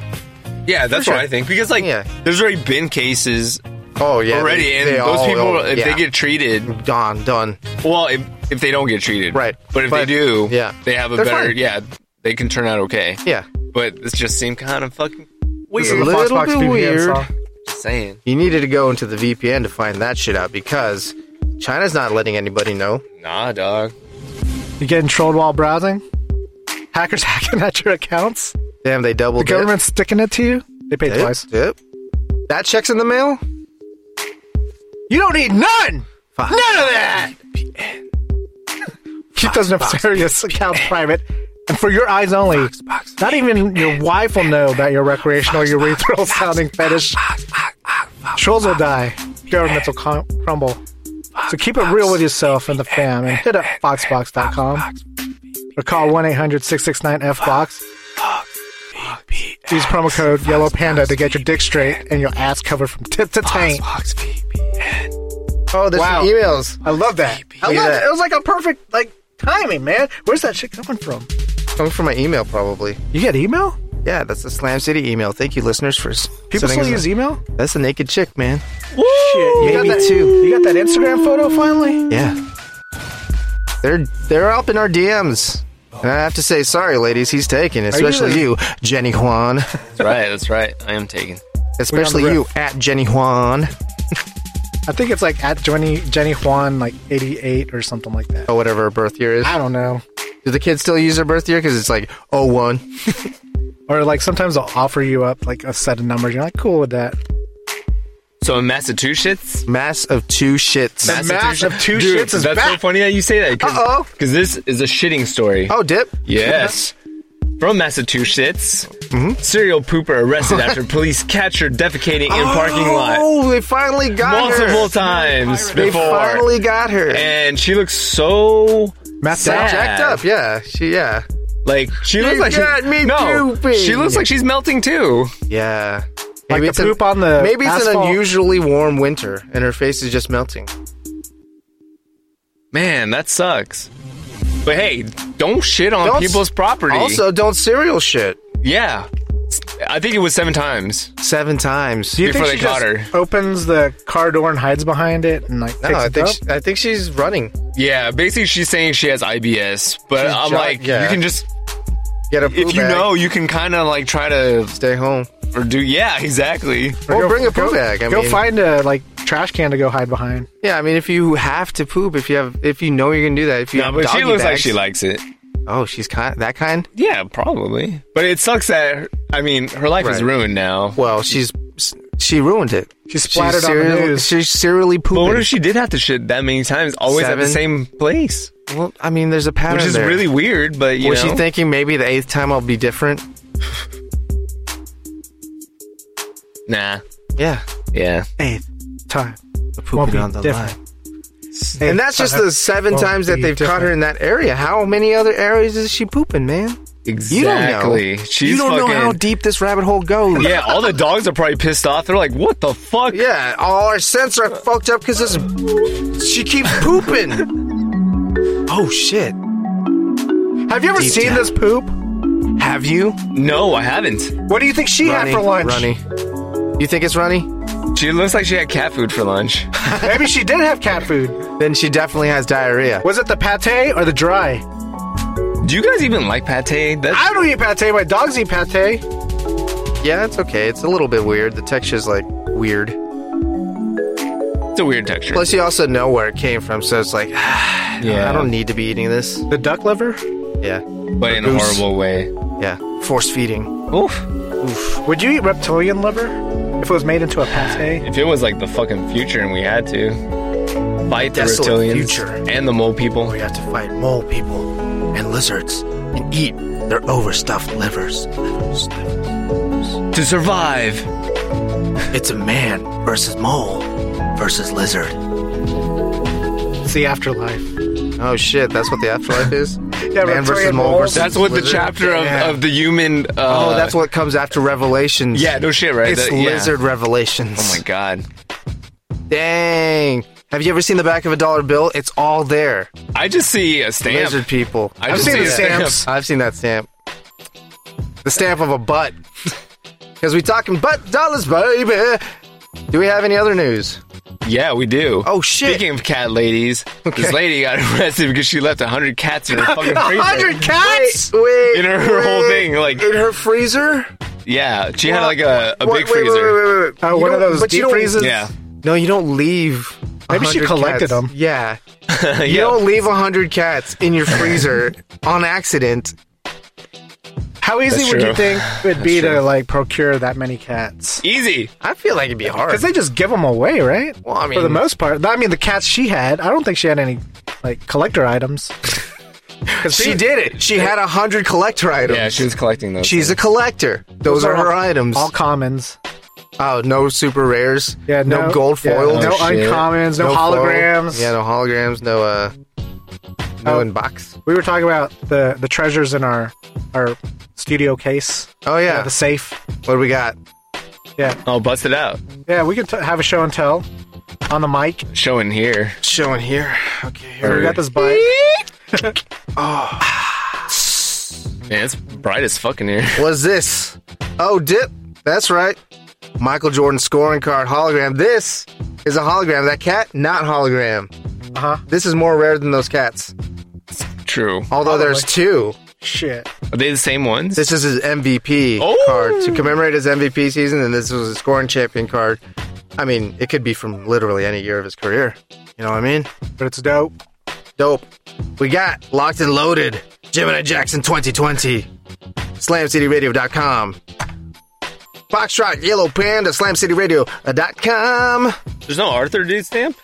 S6: Yeah, that's
S4: sure.
S6: what I think. Because like,
S4: Yeah.
S6: there's already been cases
S4: Oh yeah.
S6: already,
S4: they-
S6: and
S4: they
S6: those
S4: all-
S6: people,
S4: oh,
S6: if
S4: yeah.
S6: they get treated,
S4: gone, done.
S6: well, if, if they don't get treated,
S4: Right.
S6: But if
S4: But-
S6: they do,
S4: yeah.
S6: they have a
S4: They're
S6: better,
S4: fine.
S6: yeah, they can turn out okay.
S4: Yeah.
S6: But this just seemed kind of fucking
S4: It's a
S6: weird.
S4: little
S1: Foxbox
S4: bit
S1: VPN
S4: weird.
S1: song.
S6: Saying
S4: You needed to go into the VPN to find that shit out because China's not letting anybody know.
S6: nah, dog.
S1: You getting trolled while browsing? Hackers hacking at your accounts?
S4: Damn, they
S1: The
S4: doubled it.
S1: government's sticking it to you? They paid
S4: Yep,
S1: twice.
S4: yep. That check's in the mail.
S1: You don't need none! None
S4: Fuck.
S1: of that! Keep those nefarious accounts private. And for your eyes only. Not even your wife will know about your recreational, your urethral sounding fetish. Trolls will die. Governments will com- crumble. So keep it real with yourself and the fam and hit up foxbox.com or call 1 800 669 FBOX. Use promo code Yellow Panda to get your dick straight and your ass covered from tip to taint.
S4: Oh, there's
S1: Wow.
S4: some emails
S1: I love that. I
S4: Look at
S1: love
S4: that.
S1: it. It was like a perfect like timing, man. Where's that shit coming from?
S4: coming from my email, probably.
S1: You get email?
S4: Yeah, that's the Slam City email. Thank you, listeners, for s-
S1: People
S4: sending
S1: still
S4: us-
S1: use
S4: e,
S1: email?
S4: That's a naked chick, man.
S1: Shit, you got
S4: Maybe
S1: that
S4: two.
S1: You got that Instagram photo finally?
S4: Yeah, they're they're up in our DMs. And I have to say, sorry, ladies, he's taken, especially
S1: the-
S4: you, Jenny Juan,
S6: That's right. That's right. I am taken.
S4: especially you at Jenny Juan.
S1: I think it's like at Jenny Jenny Juan like 88 or something like that.
S4: or whatever her birth year is.
S1: I don't know.
S4: Do the kids still use their birth year? Because it's like oh one.
S1: Or like sometimes they'll offer you up like a set of numbers. You're like cool with that.
S6: So in Massachusetts,
S4: Mass of two shits.
S1: mass of two
S6: Dude,
S1: shits is
S6: that's so
S1: back.
S6: funny that you say that.
S4: Uh-oh.
S6: Because this is a shitting story.
S4: oh, dip.
S6: Yes. From Massachusetts,
S4: Mm-hmm.
S6: serial pooper arrested after police catch her defecating in parking lot
S4: Oh, they finally got
S6: multiple
S4: her.
S6: times
S4: They
S6: before,
S4: finally got her.
S6: and she looks so
S1: Mass
S6: sad.
S4: Jacked up, yeah. She, yeah,
S6: Like she looks
S4: You
S6: like
S4: got
S6: she,
S4: me
S6: no,
S4: drooping.
S6: she looks like she's melting too.
S4: yeah.
S1: Like the
S4: an-
S1: poop on the
S4: Maybe it's
S1: asphalt.
S4: an unusually warm winter, and her face is just melting.
S6: Man, that sucks. But hey, don't shit on
S4: Don't s-
S6: people's property.
S4: Also, don't cereal shit
S6: yeah, I think it was seven times.
S4: seven times.
S1: Do you
S6: Before
S1: think she
S6: they caught
S1: just opens the car door and hides behind it and like
S4: no,
S1: takes
S4: I
S1: it
S4: think
S1: up?
S4: she, I think she's running.
S6: Yeah, basically she's saying she has IBS, but
S4: She's
S6: I'm
S4: jo-
S6: like,
S4: yeah.
S6: you can just
S4: Get a
S6: if
S4: poo
S6: you
S4: bag,
S6: know, you can kind of like try to
S4: stay home
S6: or do. Yeah, exactly.
S4: or
S1: go-
S4: bring a poo
S1: go-
S4: bag. I
S1: go
S4: mean,
S1: find a like trash can to go hide behind.
S4: Yeah, I mean, if you have to poop, if you have, if you know you're gonna do that, if you
S6: No,
S4: have
S6: but she
S4: doggy
S6: looks like
S4: bags-
S6: she likes it.
S4: Oh, she's kind that kind.
S6: Yeah, probably. But it sucks that I mean her life is
S4: Right.
S6: ruined now.
S4: Well, she's she ruined it.
S1: She splattered
S4: she's
S1: on the
S4: serial-
S1: news.
S4: She's serially pooping.
S6: But what if she did have to shit that many times, always at the
S4: Seven.
S6: same place,
S4: well, I mean, there's a pattern
S6: which is
S4: there.
S6: really weird. But you
S4: Was
S6: know,
S4: she thinking maybe the eighth time I'll be different?
S6: nah,
S4: Yeah,
S6: yeah,
S1: Eighth time.
S4: the
S1: Won't
S4: pooping
S1: be
S4: on the
S1: different. uh,
S4: line. And that's just the seven
S1: Won't
S4: times that
S1: be
S4: they've caught her in that area. How many other areas is she pooping, man?
S6: exactly.
S4: You don't know.
S6: She's
S4: you don't
S6: fucking,
S4: know how deep this rabbit hole goes.
S6: yeah, all the dogs are probably pissed off. They're like, "What the fuck?"
S4: Yeah, all our scents are fucked up because this. She keeps pooping. oh shit!
S1: Have you ever
S4: Deep
S1: seen
S4: down.
S1: this poop?
S4: Have you?
S6: No, I haven't.
S1: What do you think she had for lunch?
S4: Runny. You think it's Runny?
S6: She looks like she had cat food for lunch.
S1: Maybe she did have cat food.
S4: Then she definitely has diarrhea.
S1: Was it the pate or the dry?
S6: Do you guys even like pate? That's
S1: I don't eat pate. My dogs eat pate.
S4: Yeah, it's okay. It's a little bit weird. The texture's like weird.
S6: it's a weird texture.
S4: Plus, you also "Ah, know where it came from, so it's like, I don't need to be eating this.
S1: The duck liver?
S4: Yeah.
S6: but in a
S4: Goose.
S6: horrible way.
S4: Yeah, force feeding.
S6: Oof.
S1: Would you eat reptilian liver if it was made into a pate?
S6: If it was like the fucking future and we had to fight the
S4: Desolate
S6: reptilians
S4: future.
S6: and the mole people,
S4: We have to fight mole people and lizards and eat their overstuffed livers.
S6: to survive.
S8: It's a man versus mole versus lizard.
S1: It's the afterlife.
S4: Oh shit, that's what the afterlife is.
S1: Yeah,
S4: man versus
S1: reptilian
S4: mole
S1: mole.
S4: versus
S6: That's what the
S4: lizard?
S6: chapter of,
S4: Yeah.
S6: of the human. Uh,
S4: Oh, that's what comes after Revelations.
S6: Yeah, no shit, right?
S4: It's
S6: That- yeah.
S4: lizard revelations.
S6: Oh my god.
S4: Dang. Have you ever seen the back of a dollar bill? It's all there.
S6: I just see a stamp.
S4: Lizard people.
S6: I just
S1: seen
S6: see
S1: the
S6: a
S1: stamps.
S4: I've seen that stamp. The stamp of a butt. Because we talking butt dollars, baby. Do we have any other news?
S6: Yeah, we do.
S4: Oh, shit.
S6: Speaking of cat ladies, this lady got arrested because she left hundred cats in her fucking freezer.
S4: cats? Wait, wait,
S6: In her- her whole
S4: wait.
S6: thing, like-
S4: in her freezer.
S6: Yeah, she had like a, a
S4: What-
S6: big
S4: wait, wait,
S6: freezer.
S4: Wait, wait, wait, wait.
S1: Oh,
S4: You
S1: one of
S4: don't-
S1: those
S4: but you
S1: deep
S4: don't-
S1: freezers?
S6: Yeah,
S4: No, you don't leave. a
S1: Maybe she
S4: hundred
S1: collected
S4: cats.
S1: them.
S4: Yeah, you
S6: Yeah.
S4: don't leave a hundred cats in your freezer on accident.
S1: How easy
S6: That's
S1: would
S6: true.
S1: you think it would be
S6: That's true.
S1: to like procure that many cats?
S6: easy.
S4: I feel like it'd be hard.
S1: Because they just give them away, right?
S4: Well, I
S1: For the
S4: mean-
S1: most part, I mean, the cats she had, I don't think she had any like collector items. Because
S4: She did it. She had a hundred collector items.
S6: Yeah, she was collecting those.
S4: She's a collector. Those, are, her items.
S1: All commons.
S4: oh, no super rares.
S1: Yeah, no,
S4: gold
S1: yeah,
S4: foils.
S1: no
S6: Oh, shit.
S1: uncommons, no,
S4: No foil.
S1: holograms.
S4: Yeah, no holograms. No uh, no
S1: Oh.
S4: inbox.
S1: We were talking about the the treasures in our our studio case.
S4: Oh
S1: Yeah,
S4: yeah.
S1: the safe.
S4: what do we got?
S1: Yeah,
S6: oh, bust it out.
S1: yeah. We could t- have a show and tell on the mic.
S6: Showing here.
S4: Showing here. Okay, here.
S1: So we got this bite.
S6: Man, it's bright as fucking here.
S4: was this? Oh, dip. That's right. Michael Jordan scoring card hologram. This is a hologram. That cat, not hologram.
S1: Uh huh.
S4: This is more rare than those cats.
S6: True.
S4: Although
S1: Probably.
S4: there's two.
S1: Shit.
S6: Are they the same ones?
S4: This is his MVP
S6: Oh!
S4: card to commemorate his MVP season, and this was his scoring champion card. I mean, it could be from literally any year of his career. You know what I mean?
S1: But it's dope.
S4: Dope. We got locked and loaded. Gemini Jackson 2020. SlamCityRadio.com. Foxtrot Yellow Panda, SlamCityRadio.com.
S6: There's no Arthur dude stamp.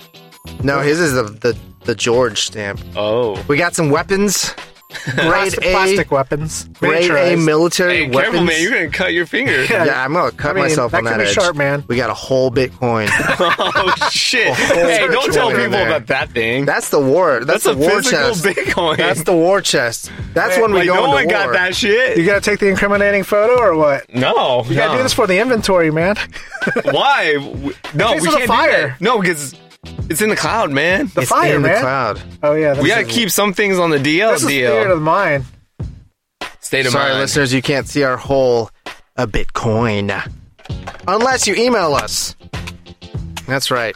S4: No, his is the, the, the George stamp.
S6: Oh,
S4: We got some weapons. Grade
S1: Plastic,
S4: A,
S1: plastic weapons.
S4: grade A
S1: Miniaturized.
S4: military
S6: hey,
S4: weapons.
S6: careful, man! You're gonna cut your finger.
S1: Yeah.
S4: Yeah, I'm gonna cut
S1: I mean,
S4: myself
S1: that
S4: on that
S1: could be
S4: edge.
S1: sharp, man.
S4: We got a whole Bitcoin.
S6: oh shit! hey, don't tell
S4: one in
S6: people
S4: there.
S6: about that thing.
S4: That's the war. That's,
S6: That's,
S4: the
S6: a
S4: war
S6: physical
S4: chest.
S6: Bitcoin.
S4: That's the war chest. That's when we
S6: like,
S4: go
S6: no
S4: into
S6: one
S4: war.
S6: got that shit.
S1: You gotta take the incriminating photo or what?
S6: no,
S1: You gotta do this for the inventory, man.
S6: Why? W- No,
S1: Because
S6: we
S1: of the
S6: can't do
S1: fire.
S6: that. No, because it's in the cloud, man.
S1: The
S4: It's
S1: fire,
S4: in the
S1: man.
S4: cloud.
S1: Oh yeah,
S6: we
S1: this
S6: gotta
S1: is-
S6: keep some things on the DL.
S1: This is theater
S6: DL.
S1: of mine.
S6: State of
S4: Sorry,
S6: mind.
S4: listeners, you can't see our whole a Bitcoin unless you email us. That's right.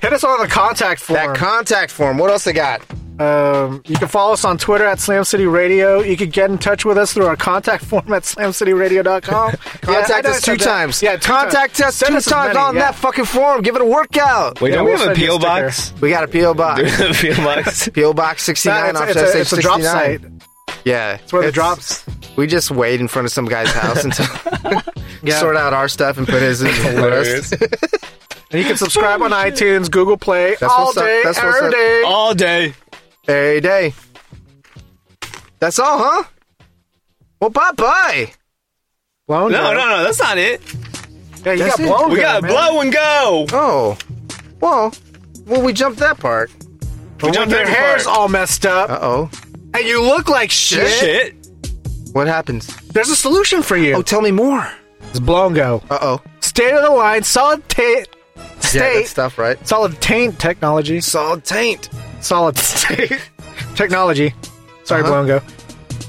S1: Hit us on the contact form.
S4: That contact form. What else they got?
S1: um, you can follow us on Twitter at Slam City Radio. You can get in touch with us through our contact form at slamcityradio.com.
S4: Contact
S1: Yeah, I know I
S4: us two
S1: said that.
S4: times.
S1: Yeah, two
S4: contact
S1: times.
S4: us
S1: Send
S4: two
S1: us as
S4: times
S1: many,
S4: on
S1: yeah.
S4: that fucking form. Give it a workout.
S6: Wait,
S1: Yeah,
S6: don't
S1: we'll
S6: we have a
S1: send you a
S6: PO
S1: sticker.
S6: box?
S4: We got a PO box.
S6: PO box.
S4: PO box sixty
S1: Nah,
S4: nine
S1: it's,
S4: off
S1: it's a,
S4: Station
S1: it's a drop
S4: 69.
S1: site.
S4: Yeah,
S1: It's where the drops.
S4: We just wait in front of some guy's house until sort out our stuff and put his in the
S6: Hilarious.
S4: list.
S1: And you can subscribe on iTunes, Google Play, all
S4: what's up.
S1: day,
S4: That's what's
S1: every
S4: up.
S1: day.
S6: All day.
S4: Every day. That's all, huh? Well, bye bye.
S1: Blown
S6: No,
S1: Joe.
S6: no, no. That's not it.
S1: Yeah, you
S4: That's
S1: got
S4: it.
S1: blown.
S6: We
S1: Joe,
S6: gotta
S1: man.
S6: blow and go.
S4: Oh, well, well, we jumped that part.
S6: We
S1: When
S6: jumped
S1: your
S6: every
S1: hair's
S6: part.
S1: all messed up
S4: Uh oh.
S1: and you look like shit,
S6: shit.
S4: What happens?
S1: there's a solution for you.
S4: Oh, tell me more.
S1: It's Blongo.
S4: Uh oh.
S1: State of the line, solid taint,
S4: Yeah,
S1: state,
S4: that stuff, right?
S1: solid taint technology,
S4: Solid taint.
S1: solid state technology. Sorry,
S4: Uh-huh.
S1: Blongo.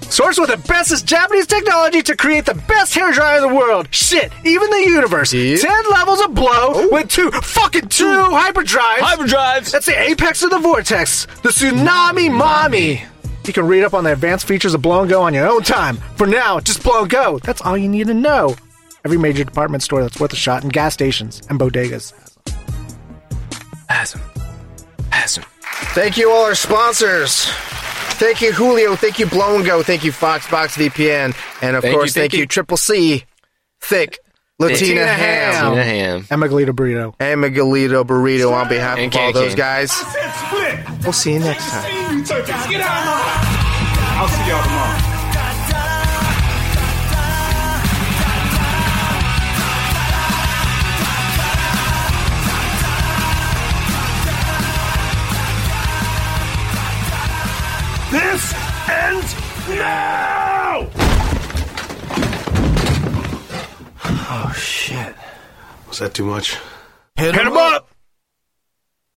S1: Sourced with the bestest Japanese technology to create the best hair dryer in the world. Shit, even the universe.
S4: Yeah. Oh.
S1: Ten levels of blow with two fucking two hyperdrives.
S6: Hyperdrives.
S1: That's the apex of the vortex, the tsunami mommy. You can read up on the advanced features of Blow and Go on your own time. For now, just Blow and Go. That's all you need to know. Every major department store that's worth a shot, and gas stations and bodegas.
S4: Thank you, all our sponsors. Thank you, Julio. Thank you, Blongo. Thank you, Foxbox VPN. And of
S6: Thank
S4: course,
S6: you, thank
S4: thank you,
S6: you.
S4: Triple C, Thick, Latina,
S1: Latina
S4: Ham,
S1: Ham.
S6: Tina Ham.
S1: Emigalita burrito.
S4: and Miguelito Burrito on behalf
S6: And
S4: of all
S6: KK.
S4: those guys. We'll see you next time.
S5: Get out of my house. I'll see y'all tomorrow.
S9: This ends now!
S8: Shit.
S9: Was that too much?
S8: Hit 'em
S9: up!